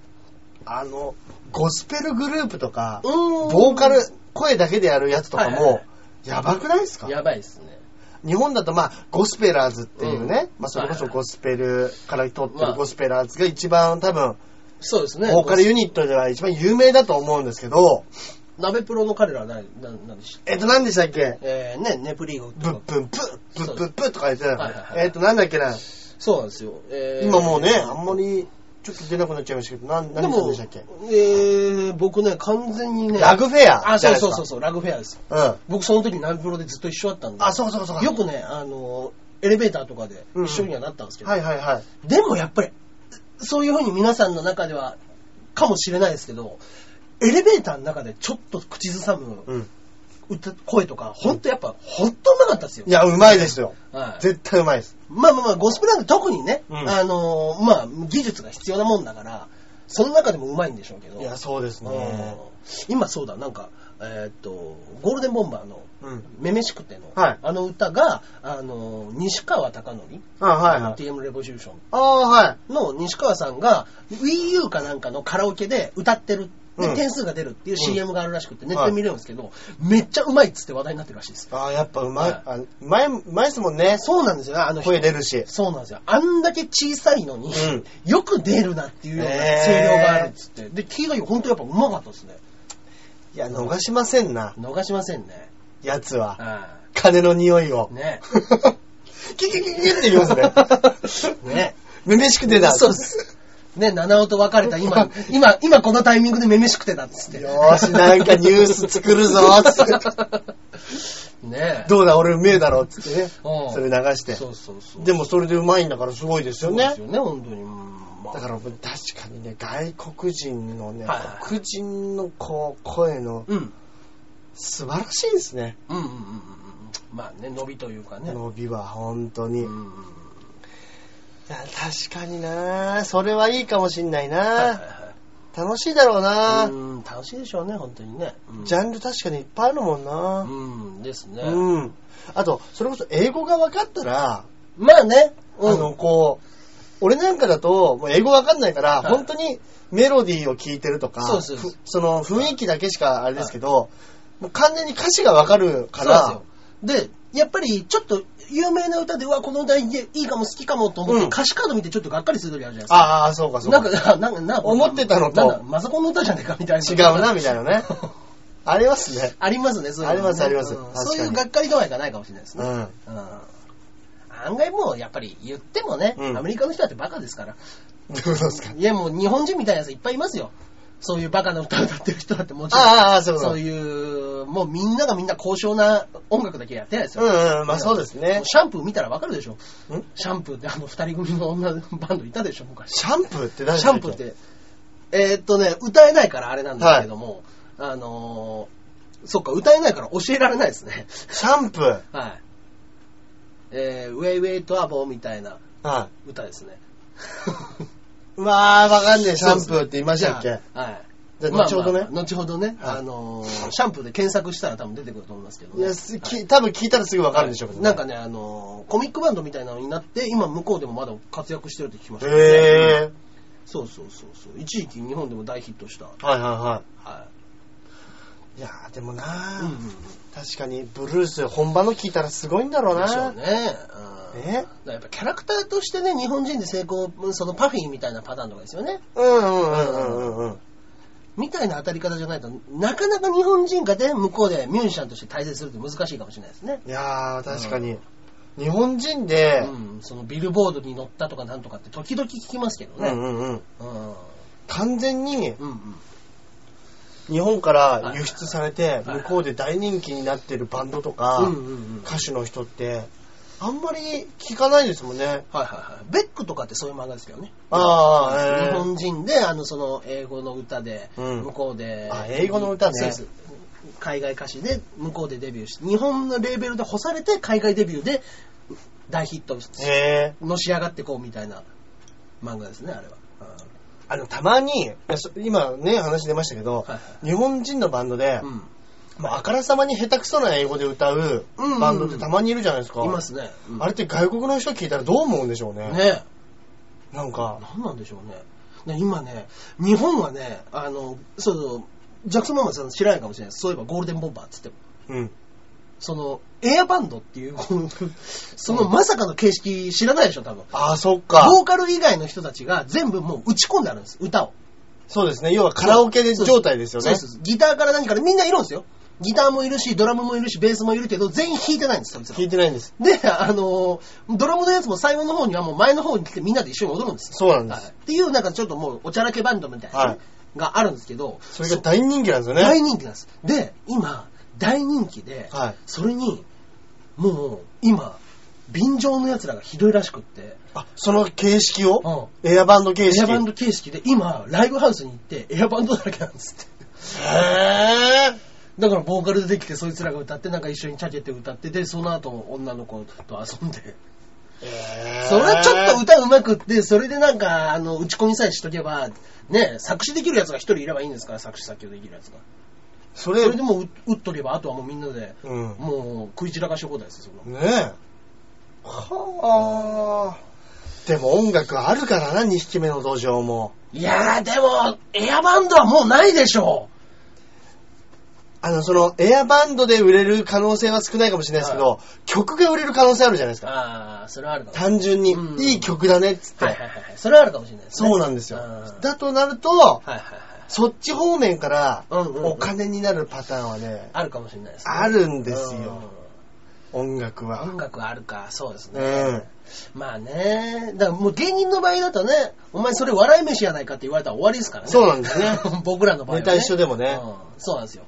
S2: あの、ゴスペルグループとか、
S1: うーん
S2: ボーカル、声だけでやるやつとか
S1: はいはいは
S2: も、やばくないですか
S1: やばいですね。
S2: 日本だとまあ、ゴスペラーズっていうね、
S1: うん
S2: まあそれこそ
S1: はいはい
S2: ゴスペルから取って
S1: ま
S2: る
S1: あ
S2: ゴスペラーズが一番多分、
S1: そうですね。
S2: ボーカルユニットでは一番有名だと思うんですけど、
S1: 鍋プロの彼らは何、何何でした
S2: えっと何でしたっけ
S1: えー、ね、ネプリーグ
S2: ブッ
S1: とか。
S2: ブンプッ、ブッブンプッとか言ってたよね
S1: はいはいはい
S2: えっとなんだっけな、
S1: そうなんですよ。えー
S2: 今もうね、あんまりちょっと出なくなっちゃいましたけど、なん
S1: で
S2: 何したん
S1: も
S2: でしたっけ、
S1: えー、僕ね、完全にね。
S2: ラグフェア
S1: あ、
S2: じ
S1: そ
S2: ゃ
S1: う
S2: ないです
S1: そう
S2: か
S1: そうそう、ラグフェアです。
S2: うん。
S1: 僕その時ナビプロでずっと一緒だったんで。
S2: あ、そうそうそう。
S1: よくね、あの、エレベーターとかで
S2: うんうん
S1: 一緒にはなったんですけど。
S2: はいはいはい。
S1: でもやっぱり、そういうふうに皆さんの中では、かもしれないですけど、エレベーターの中でちょっと口ずさむ
S2: うん。
S1: 歌声とか、ほんとやっぱ、ほんとうまかったですよ
S2: い。や、うまいですよ。
S1: はい
S2: 絶対うまいです。
S1: まあまあまあ、ゴスペラーで特にね、
S2: うん
S1: あのーまあ、技術が必要なもんだから、その中でもうまいんでしょうけど。
S2: いや、そうですね。
S1: うん今そうだ、なんか、えーっと、ゴールデンボンバーの、
S2: うん。
S1: めめしくての、
S2: はい
S1: あの歌が、あの、西川貴教、
S2: あ、はいはい。
S1: TM レボリューション
S2: ああ、はい。
S1: の西川さんが WiiU かなんかのカラオケで歌ってる、で
S2: うん
S1: 点数が出るっていう CM があるらしくて、ネット
S2: は
S1: で
S2: い
S1: 見れるんですけど、めっちゃうまいっつって話題になってるらしいです。
S2: ああ、やっぱうまい。
S1: はい
S2: あうまい、うまいですもんね。
S1: そうなんですよね、あの人
S2: 声出るし。
S1: そうなんですよ。あんだけ小さいのに、
S2: うん
S1: よく出るなっていうような
S2: へー
S1: 声量があるっつって。で、キーが本当やっぱうまかったですね。
S2: いや、逃しませんな、
S1: 逃しませんね。
S2: やつは。
S1: は
S2: 金の匂いを
S1: い。。ね
S2: キキキキって言いますね。
S1: ね。
S2: めめしくてだ。
S1: そうです。ね、七尾と別れた 今、今、今このタイミングでめめしくてだっつって。
S2: よーし、なんかニュース作るぞ、つって。
S1: ねえ。
S2: どうだ、俺うめえだろ、つってね。
S1: うん
S2: それ流して。
S1: そうそうそう。
S2: でもそれでうまいんだからすごいですよ
S1: そうで
S2: ね
S1: す。よね、本当に。うんまあ
S2: だから確かにね、外国人のね、
S1: はいはい
S2: 黒人のこう、声の
S1: うん。うん
S2: 素晴らしいですね。
S1: うんうんうんうん。まあね、伸びというかね。
S2: 伸びは本当に。
S1: うん
S2: い
S1: うん
S2: や、確かになそれはいいかもしんないな、
S1: はいはい
S2: 楽しいだろうな、
S1: はいうん楽しいでしょうね、本当にね。うん
S2: ジャンル確かにいっぱいあるもんな
S1: うん、ですね。
S2: うん。あと、それこそ英語が分かったら、
S1: まあね、うん
S2: あの、こう、俺なんかだと、もう英語わかんないから、
S1: はい
S2: 本当にメロディーを聞いてるとか、
S1: そうですそうで
S2: ふその雰囲気だけしかあれですけど、もう完全に歌詞がわかるから、
S1: そうですよ。で、やっぱりちょっと有名な歌で、うわ、この歌いいかも好きかもと思っ
S2: う
S1: て、
S2: ん
S1: 歌詞カード見てちょっとがっかりする時あるじゃないですか。
S2: ああ、そうかそう
S1: な
S2: か。
S1: んか、なんか、なんか
S2: 思ってたのと
S1: なんだ、マザコンの歌じゃねえかみたい
S2: 違
S1: な。
S2: うな、みたいなね。ありますね。
S1: ありますね、そういうのね
S2: ありますあります
S1: うん
S2: 確かに
S1: そういうがっかり度合いがないかもしれないです
S2: う
S1: ね。
S2: ん。
S1: うん案外もう、やっぱり言ってもね、
S2: うん
S1: アメリカの人だってバカですから。
S2: どうですか。
S1: いや、もう日本人みたいなやついっぱいいますよ。そういうバカな歌歌ってる人だってもちろん。
S2: ああ、そうか。
S1: そう
S2: う。
S1: いうの、もうみんながみんな高尚な音楽だけやってないですよ。
S2: うんうん、まあそうですね。
S1: シャンプー見たらわかるでしょ
S2: ん。
S1: シャンプーってあの二人組の女バンドいたでしょ、昔。
S2: シャンプーって誰
S1: シャンプーっ。て、えーっとね、歌えないからあれなんですけども、あのーそっか、歌えないから教えられないですね。
S2: シャンプー。
S1: はい。えー、ウェイウェイとアボみたいな
S2: は
S1: 歌です ね。
S2: い。うわー、わかんねえ、シャンプーって言いましたっけ
S1: じゃあはい。
S2: じゃあ後ほどね。
S1: まあまあ後ほどね、
S2: はい
S1: あのーシャンプーで検索したら多分出てくると思いますけど
S2: い
S1: ね。
S2: や、すき多分聞いたらすぐわかるんでしょうけど、
S1: なんかね、あのーコミックバンドみたいなのになって、今向こうでもまだ活躍してるって聞きましたね。
S2: へえ
S1: そうそうそうそう。一時期日本でも大ヒットした。
S2: ー。はいはいは。
S1: はい
S2: いやー、でもなー、
S1: い。うんうんうん。
S2: 確かにブルース本場の聞いたらすごいんだろう
S1: でしょ
S2: な。
S1: うね。うん
S2: え
S1: だからやっぱキャラクターとしてね、日本人で成功、うんそのパフィーみたいなパターンとかですよね。
S2: うんうんうんうんうんうん。
S1: みたいな当たり方じゃないと、なかなか日本人がね、向こうでミュージシャンとして対戦するって難しいかもしれないですね。
S2: いやー、確かに。日本人
S1: う
S2: で、
S1: ん、そのビルボードに乗ったとかなんとかって時々聞きますけど
S2: うん、
S1: ね。
S2: うんうんうん
S1: うん。うん
S2: 完全に
S1: うん。
S2: 日本から輸出されて、
S1: はい
S2: 向こうで大人気になってるバンドと
S1: うんう
S2: か、
S1: んうん。はい
S2: 歌手の人って、あんまり聞かないですもんね。
S1: はいはい。ベックとかってそういう漫画ですけどね。
S2: ああ、え
S1: 日
S2: ー
S1: 本人で、あの、その、英語の歌で、
S2: うん
S1: 向こうで。
S2: あ英語の歌ね
S1: そうです海外歌手で、向こうでデビューして、日本のレーベルで干されて、海外デビューで、大ヒット、
S2: え
S1: のし上がってこうみたいな漫画ですね、あれは。
S2: ーあの、たまに、いやそ今ね、話出ましたけど、
S1: はいは
S2: 日本人のバンドで、
S1: うん。
S2: まあ、あからさまに下手くそな英語で歌う
S1: うんうん
S2: バンドってたまにいるじゃないですか。
S1: いますね。うん
S2: あれって外国の人聞いたらどう思うんでしょうね。
S1: ね
S2: なんか、
S1: 何なんでしょうね。ね今ね、日本はね、あの、そうそう、ジャクソン・ママさん知らないかもしれないです。そういえばゴールデンボンバーっつっても。
S2: うん。
S1: その、エアバンドっていう、このそのまさかの形式知らないでしょ、多分。
S2: ああ、そっか。
S1: ボーカル以外の人たちが全部もう打ち込んであるんです、歌を。
S2: そうですね。要はカラオケで
S1: そう
S2: 状態ですよね
S1: そう。そうそうギターから何からみんないるんですよ。ギターもいるし、ドラムもいるし、ベースもいるけど、全員弾いてないんです、そいつら
S2: 聞いてないんです。
S1: で、あのードラムのやつも最後の方にはもう前の方に来てみんなで一緒に踊るんですよ。
S2: そうなんで
S1: はい、っ
S2: す。
S1: ていうなんかちょっともうおちゃらけバンドみたいな、
S2: はい
S1: があるんですけど、
S2: それが大人気なんですよね。
S1: 大人気なんです。で、今、大人気で、
S2: はい。
S1: それに、もう今、便乗のやつらがひどいらしくって、
S2: あ、その形式を、
S1: うん
S2: エアバンド形式。
S1: エアバンド形式で今、ライブハウスに行ってエアバンドだらけなんですって。
S2: へー。
S1: だからボーカルでできてそいつらが歌ってなんか一緒にチャケて歌ってでその後女の子と遊んで
S2: えー
S1: それはちょっと歌うまくって、それでなんか、あの、打ち込みさえしとけば、ね、作詞できるやつが一人いればいいんですから、作詞作曲できるやつが。
S2: そ
S1: そ
S2: れ、
S1: れでもう打っとけば、あとはもうみんなで、
S2: うん。ね
S1: もう食い散らかし放題ですよ、そんな
S2: え。はあ。でも音楽あるからな、2匹目の道場も。
S1: いやー、でも、エアバンドはもうないでしょ
S2: あの、その、エアバンドで売れる可能性は少ないかもしれないですけど、曲が売れる可能性あるじゃないですか。
S1: あー、それはあるかも。
S2: 単純に、
S1: うん
S2: いい曲だねっつって、
S1: はいはいはいはい。それはあるかもしれないですね。
S2: そうなんですよ
S1: あー。
S2: だとなると、
S1: はいはいはい。
S2: そっち方面から
S1: うんうんうん
S2: お金になるパターンはね、
S1: あるかもしれないです、
S2: あるんですよ
S1: う
S2: 音楽
S1: ん。
S2: は
S1: 音。楽はあるか、そうです
S2: う
S1: ね。
S2: ん。
S1: まあね、だからもう芸人の場合だとね、お前それ笑い飯やないかって言われたら終わりですからね。
S2: そうなんですね
S1: 僕らの場合は、ね。
S2: ネタ一緒でもね
S1: うん。そうなんですよ。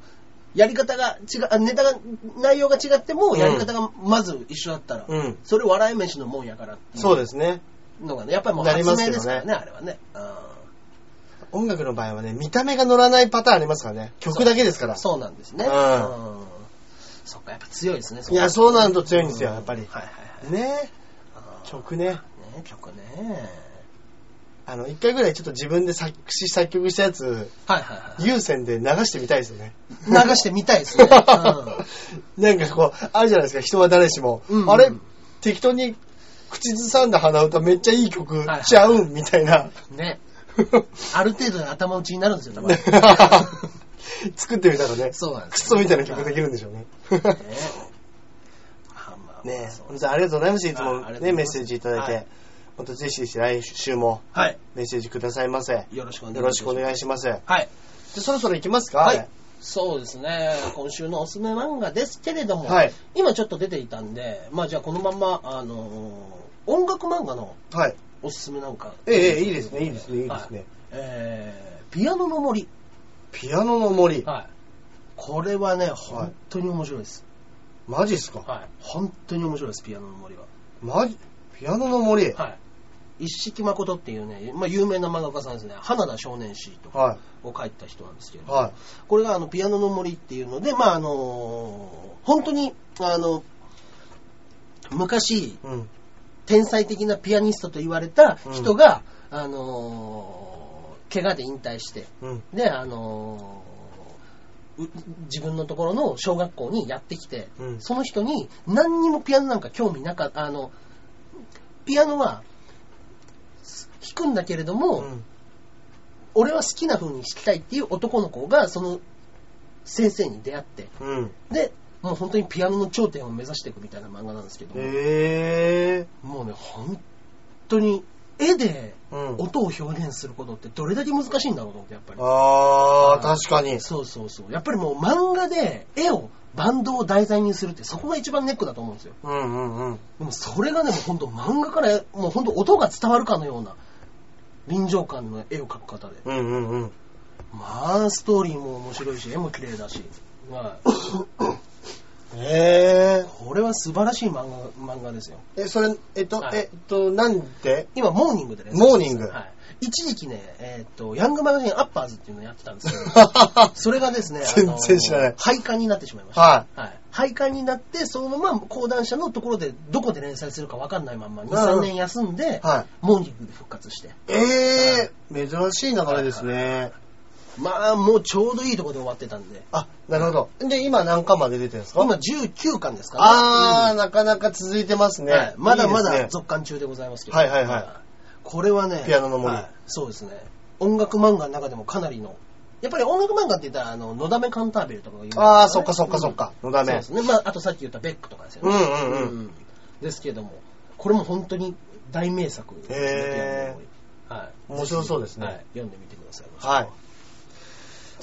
S1: やり方が違う、あネタが、内容が違っても、やり方がまず一緒だったら、
S2: うん。
S1: それ笑い飯のもんやからってい
S2: そうですね。
S1: うのがね、やっぱりもう
S2: な
S1: 発
S2: りま
S1: 明
S2: すよね
S1: ですからね、あれはね。
S2: 音楽の場合はね、見た目が乗らないパターンありますからね。曲だけですか
S1: うん、
S2: ら。
S1: そうなんですね。
S2: うん
S1: うんそっか、やっぱ強いですね。
S2: いや、そうなると強いんですよ、やっぱり
S1: はい。はいはい。
S2: ね
S1: あー
S2: 曲ね。
S1: ね、曲ね。
S2: あの、一回ぐらいちょっと自分で作詞作曲したやつ、
S1: はいはいはい。
S2: 有線で流してみたいですよね。
S1: 流してみたいで すね。うん
S2: なんかこう、あるじゃないですか、人は誰しも。
S1: うん
S2: あれ、適当に口ずさんだ鼻歌めっちゃいい曲
S1: はい
S2: ちゃうんみたいな。
S1: ね。ある程度の頭打ちになるんですよ、多 分。
S2: 作ってみたらね、
S1: そうなんで
S2: ク
S1: す
S2: ソみたいな曲できるんでしょうね。
S1: ね。あまあまあ
S2: ねえ、
S1: そう
S2: 本当にありがとうございます。いつ
S1: ああ
S2: も
S1: りがとうござい
S2: ね、
S1: ます
S2: メッセージいただい
S1: は
S2: て
S1: い。
S2: 本当ぜひぜひ来週も
S1: はい。
S2: メッセージくださいませ。よ
S1: よろしくお願い
S2: ろしくお願
S1: い
S2: いします。
S1: はい。
S2: で、そろそろ行きますか
S1: はい。そうですね。今週のおすすめ漫画ですけれども、
S2: はい
S1: 今ちょっと出ていたんで、まあじゃあこのまんま、あのー音楽漫画の
S2: はい。
S1: おすすめなんか。
S2: ええ、ええいいですね、いいですね、いいです
S1: はい
S2: ね。
S1: えー、ピアノの森。
S2: ピアノの森。
S1: はい。これはね、
S2: はい
S1: 本当に面白いです。
S2: マジっすか
S1: はい。本当に面白いです、ピアノの森は。
S2: マジピアノの森はい。
S1: はい。一色誠っていうね、まあ、有名な漫画家さんですね。花田少年誌とか
S2: は
S1: を書いた人なんですけれ
S2: い。
S1: ど、
S2: は
S1: これがあの、ピアノの森っていうので、まあ、あのー本当に、あの、昔、
S2: い。うん。
S1: 天才的なピアニストと言われた人が、あのー怪我で引退して、
S2: うん。
S1: で、あのーう自分のところの小学校にやってきて、
S2: うん
S1: その人に何にもピアノなんか興味なかった、あの、ピアノは弾くんだけれども、
S2: うん
S1: 俺は好きな風に弾きたいっていう男の子が、その先生に出会って、
S2: うん。
S1: で、もう本当にピアノの頂点を目指していくみたいな漫画なんですけど、
S2: え
S1: もうね、本当に絵で
S2: え。うん。
S1: 音を表現することってどれだけ難しいんだろうと思って、やっぱり。
S2: あー、確かに。
S1: そうそうそう。やっぱりもう漫画で絵を、バンドを題材にするってそこが一番ネックだと思うんですよ。
S2: うんうんうん。
S1: でもそれがね、もうほんと漫画から、もうほんと音が伝わるかのような臨場感の絵を描く方で。
S2: うんうん うん。
S1: まあ、ストーリーも面白いし、絵も綺麗だし。はい。
S2: え
S1: これは素晴らしい漫画漫画ですよ。
S2: え。え、それ、えっと、
S1: はい
S2: えっと、なんで
S1: 今、モーニングでね。
S2: モーニング
S1: はい。一時期ね、えーっと、ヤングマガジンアッパーズっていうのをやってたんですけ ど、それがですね、あの
S2: 全然知らない
S1: 廃刊になってしまいました。
S2: は
S1: はい。廃刊になって、そのまま講談社のところで、どこで連載するか分かんないまんま、2、
S2: うんう
S1: 3
S2: ん
S1: 年休んで
S2: い。、は
S1: モーニングで復活して。
S2: い。ええ。珍しい流れですね。
S1: まあ、もうちょうどいいところで終わってたんで、
S2: あ、なるほど。で、今何巻まで出てるんですか
S1: 今19巻ですかね。
S2: あー、なかなか続いてます
S1: うん
S2: ね。
S1: はいまだま
S2: いい
S1: だ
S2: ですね
S1: 続刊中でございますけど。
S2: はいはいはい
S1: これはね、
S2: ピアノの森
S1: はいそうですね。音楽漫画の中でもかなりの、やっぱり音楽漫画って言ったら、あの、のだめカンターベルとかが有名ですよね
S2: あー、そっかそっかそっ。か。の
S1: う
S2: だ
S1: んそう
S2: め
S1: で。すね。まあ、あとさっき言ったベックとかですよね。
S2: うんうんうん
S1: ですけども、これも本当に大名作ですね
S2: へー
S1: ピアノの森はい。
S2: 面白そうですね
S1: はい読んでみてください。
S2: はい。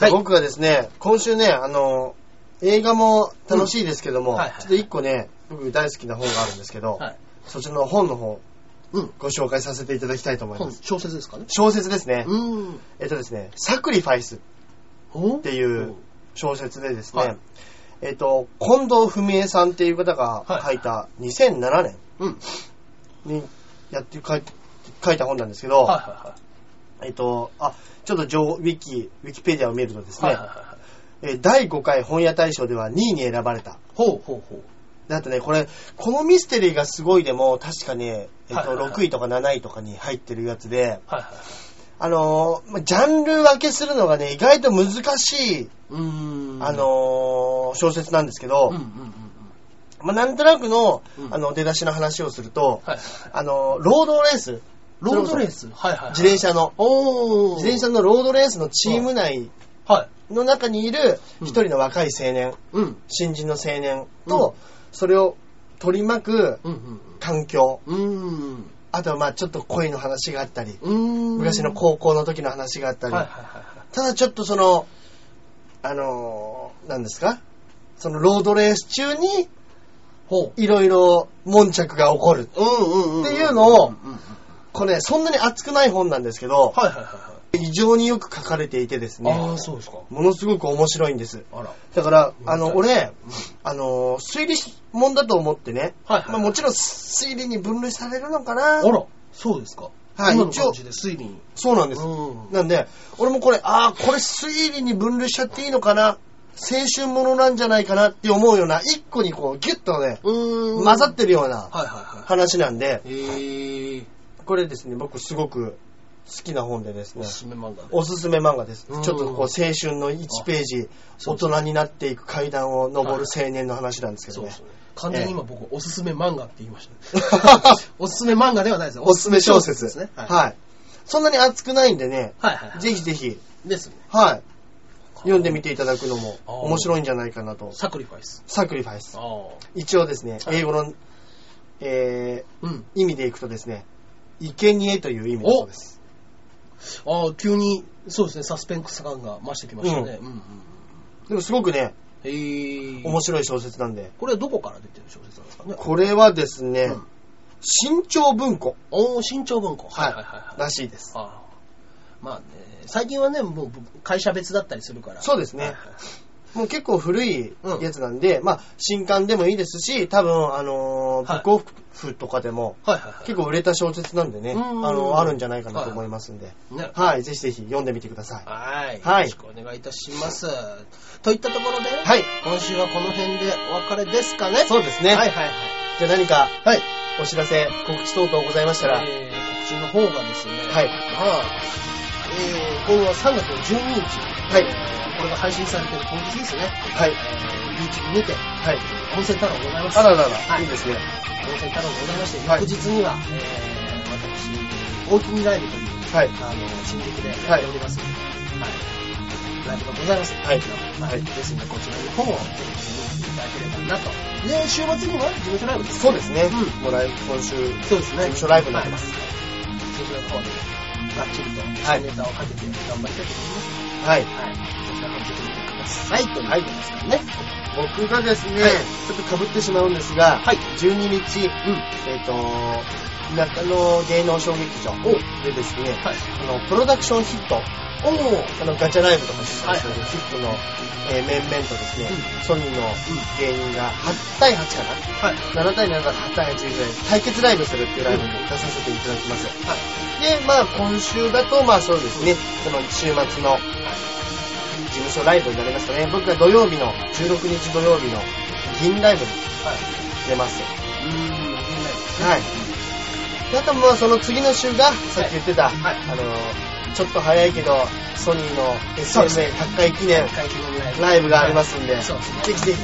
S1: はい
S2: 僕はですね、今週ね、あの、映画も楽しいですけども、
S1: うんはいはい
S2: ちょっと一個ね、僕大好きな本があるんですけど、
S1: はい。
S2: そちらの本の方、
S1: うん。
S2: ご紹介させていただきたいと思いま
S1: 本
S2: す。
S1: 小説ですかね。
S2: 小説ですね。
S1: うん。
S2: えっとですね、サクリファイス
S1: お
S2: っていう小説でですね、
S1: はい
S2: えっと、近藤文江さんっていう方が書いた2007年
S1: うん。
S2: にやって書い書いた本なんですけ
S1: は
S2: ど、
S1: いはいはい。
S2: えっと、あ、ちょっと情ウィキ、ウィキペディアを見るとですね、
S1: はいはいはい。
S2: えー第5回本屋大賞では2位に選ばれた。
S1: ほうほうほう。
S2: だってね、これ、このミステリーがすごいでも、確かね、えっ
S1: はい
S2: と、
S1: はいはい
S2: 6位とか7位とかに入ってるやつで、
S1: はいはいはい。
S2: あのーまジャンル分けするのがね、意外と難しい、
S1: うーん。
S2: あ、のー小説なんですけど、
S1: うんうんうんうん。
S2: まあ、なんとなくの
S1: う、ん
S2: あの、出だしの話をすると、
S1: はい。
S2: あのーロードレース、
S1: ロードレースはいはいはい。
S2: 自転。車の、
S1: おー。
S2: 自転車のロードレースのチーム内
S1: はい。
S2: の中にいる
S1: うん
S2: 一人の若い青年、
S1: うん。
S2: 新人の青年と、それを取り巻く
S1: うんうん
S2: 環境、
S1: うん。う
S2: あとはまあちょっと恋の話があったり、
S1: ーん。
S2: 昔の高校の時の話があった
S1: はいはい
S2: り、
S1: はいはい。
S2: ただちょっとその、あのー、何ですかそのロードレース中に
S1: ほ
S2: いろいろ悶着が起こる。
S1: う。うんうんうん。
S2: っていうのを
S1: んんうん
S2: これ、そんなに熱くない本なんですけど、
S1: はいはいは
S2: 非常によく書かれていてです
S1: いはい。
S2: ね
S1: ああ、、そうですか。
S2: ものすごく面白いんです。
S1: あら。
S2: だから、あの、
S1: うん
S2: 俺、あのー、推理本だと思ってね、
S1: はい
S2: まあ、もちろん推理に分類されるのかな
S1: あら、そうですか。
S2: はい
S1: 今の
S2: 一
S1: 感
S2: 応
S1: じで推理に。
S2: そうなん
S1: う
S2: です。
S1: ん。
S2: なんで、俺もこれ、ああ、これ推理に分類しちゃっていいのかな青春ものなんじゃないかなって思うような、一個にこう、ギュッとね、
S1: う
S2: 混ざってるような
S1: はいは
S2: 話なんで
S1: いはい。、へえ。
S2: これですね、僕すごく好きな本でです
S1: お
S2: ね、
S1: すすめ漫画で。
S2: おすすめ漫画です。ち
S1: う
S2: ょ
S1: ん
S2: っとこう、青春の1ページ、
S1: そ
S2: 大
S1: うそう
S2: 人になっていく階段を登る青年の話なんですけ
S1: そ
S2: ど
S1: う
S2: ね。
S1: です。ね。完全に今僕、おすすめ漫画って言いましたね おすすめ漫画ではないですよ
S2: おすすめ小説
S1: お
S2: で
S1: す
S2: すす
S1: め
S2: ね
S1: 小。説ですね。はい。
S2: はい。そんなに熱くないんでね、
S1: はいはいはい。
S2: ぜひぜひ、
S1: ですね。
S2: はい、読んでみていただくのも
S1: あー
S2: 面白いんじゃないかなと。
S1: サクリファイス。
S2: サクリファイス
S1: あ。あ。
S2: 一応ですね、
S1: はい
S2: 英語の、え
S1: うん。
S2: ー、意味でいくとですね、生贄という意味だそうです。
S1: ああ、急に、そうですね、サスペンス感が増してきましたね。うんうんうん。
S2: でもすごくね、
S1: へえ。
S2: 面白い小説なんで。
S1: これはどこから出てる小説なんですかね。
S2: これはですね、
S1: うん
S2: 新潮文庫
S1: おー、新潮文庫。はいはいはいはい。
S2: らしいです。
S1: ああまあね、最近はね、もう会社別だったりするから。
S2: そうですね
S1: はいはい
S2: もう結構古いやつなんで、まあ、新刊でもいいですし、多分、あのー
S1: はい
S2: ブックオフとかでも、
S1: はいはい
S2: 結構売れた小説なんでね、
S1: う
S2: あ
S1: んうんうん
S2: の、あるんじゃないかなと思いますんで、
S1: はい。ね。
S2: はい、ぜひぜひ読んでみてください。
S1: はい。
S2: は
S1: よろ
S2: い
S1: しくお願いいたします。といったところで、
S2: はい。
S1: 今週はこの辺でお別れですかね。
S2: そうですね。
S1: はいはいはい。
S2: じゃあ何か、
S1: はい。
S2: お知らせ、告知等々ございました
S1: え
S2: ら、
S1: ー、告知の方がですね、
S2: はい
S1: はい。えー、これは3月の12日、
S2: はい
S1: えーこれが配信されてる当日ですね、
S2: はい、
S1: えー、YouTube にて、
S2: はい。
S1: 温泉太郎ございます。
S2: あららら、、
S1: はいい
S2: いですね。
S1: 温泉太郎ございまして、
S2: はい
S1: 翌日には、えー、私、大きにライブという、
S2: はい
S1: あの、新宿でやっておりますので、はい。ライブがございます。
S2: はい
S1: は。
S2: はいい
S1: ですので、こちらの方をぜひ見に来ていただければなと。で、週末には事務所ライブです。
S2: そうです
S1: う
S2: ね。
S1: ん
S2: もう来今週、
S1: そうですね。
S2: 事務所ライブになってます。
S1: はい。そちらの方で、がっちりと、
S2: はい
S1: ネタをかけて頑張りたいと思います。
S2: はい。
S1: はい。そちらの方ぜひ見てください。という
S2: はい
S1: ことですよね。
S2: 僕がですね、
S1: はい
S2: ちょっと被ってしまうんですが、
S1: はい
S2: 12日、えっ、と、中野芸能小劇場でですね、
S1: はい
S2: あの、プロダクションヒット、
S1: うん。おー。
S2: あの、ガチャライブとかしてたんですけど、
S1: はい
S2: ヒットの、えー面々とですね、
S1: うん
S2: ソニーの芸人が8対8か
S1: はい。
S2: な、7対7から8対8ぐらいで対決ライブするっていうライブに出させていただきます。
S1: はい。
S2: で、まあ今週だと、まあそうですね、その週末の事務所ライブになりますかね。僕が土曜日の、16日土曜日の銀ライ
S1: はい。
S2: ブに出ます。
S1: うーん、みんなで
S2: はい。であとまあその次の週が、さっき言ってた、
S1: はい
S2: あの、ちょっと早いけど、ソニーの
S1: そうですね
S2: SMA100 回記念
S1: 会見のライブ
S2: ライブがありますんで、
S1: そうですね
S2: ぜひぜひ。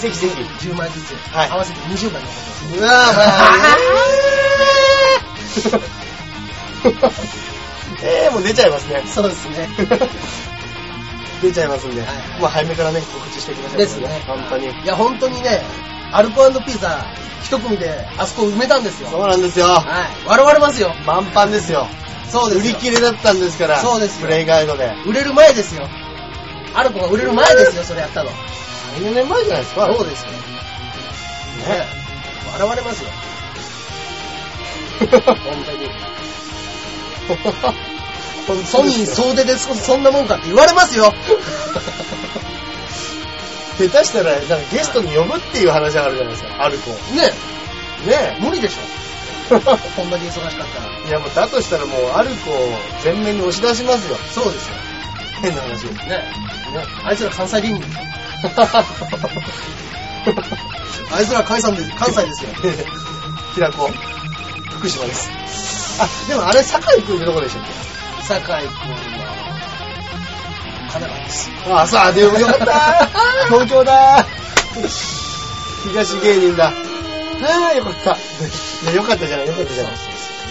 S2: ぜひぜひ。
S1: 10枚ずつ、
S2: はい
S1: 合わせて20枚のことです
S2: うわぁ、まあ、 えー、もう出ちゃいますね。
S1: そうですね
S2: 出ちゃいますんで、
S1: はい
S2: まあ早めからね、告知していきましょう。
S1: ですね
S2: 本当に。
S1: いや本当にねアルコピザ一組であそこ埋めたんですよ
S2: そうなんですよ。
S1: はい笑われますよ
S2: 満帆ですよ。
S1: そうです
S2: 売り
S1: よ
S2: 切れだったんですから、
S1: そうですよ
S2: プレイガイドで。
S1: 売れる前ですよアルコが売れる前ですよそれやったの
S2: 3、4年前じゃないですか。
S1: そうですよね 笑われますよ本当に
S2: 本
S1: ソ
S2: 当
S1: ニー
S2: ですよ
S1: 総出でそそんなもんかって言われます よ
S2: 下手したら、なんかゲストに呼ぶっていう話があるじゃないですか、アルコ。ね
S1: ね
S2: え。
S1: 無理でしょこんだけ忙しかったら
S2: いやもうだとしたらもうアルコを全面に押し出しますよ。
S1: そうですよ
S2: 変な話。
S1: ねあいつら関西芸人ですよあいつら関西です関西ですよ。
S2: 平子、福島です。あ、でもあれ、酒井くんってどこでしたっ
S1: 酒井君は、神奈川です。
S2: けあ、そう、あでもよかった東京だ東芸人だ。ああ、よかった。いや、よかったじゃない、よかったじゃない。ね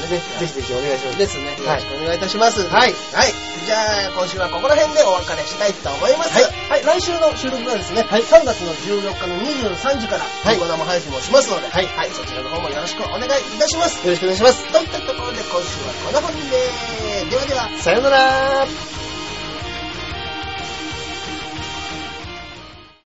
S2: ぜひぜひお願いします。
S1: ですね。よ
S2: は
S1: ろ
S2: い
S1: し。くお願いいたします。
S2: はい
S1: はい。じゃあ、今週はここら辺でお別れしたいと思います。
S2: はい
S1: はい。来週の収録がですね、3月の14日の23時から、は。
S2: はいい
S1: 生配信もしますので、
S2: はい
S1: そちらの方もよろしくお願いいたします。
S2: よろしくお願いします。
S1: といったところで今週はこの辺で、ではでは、
S2: さよなら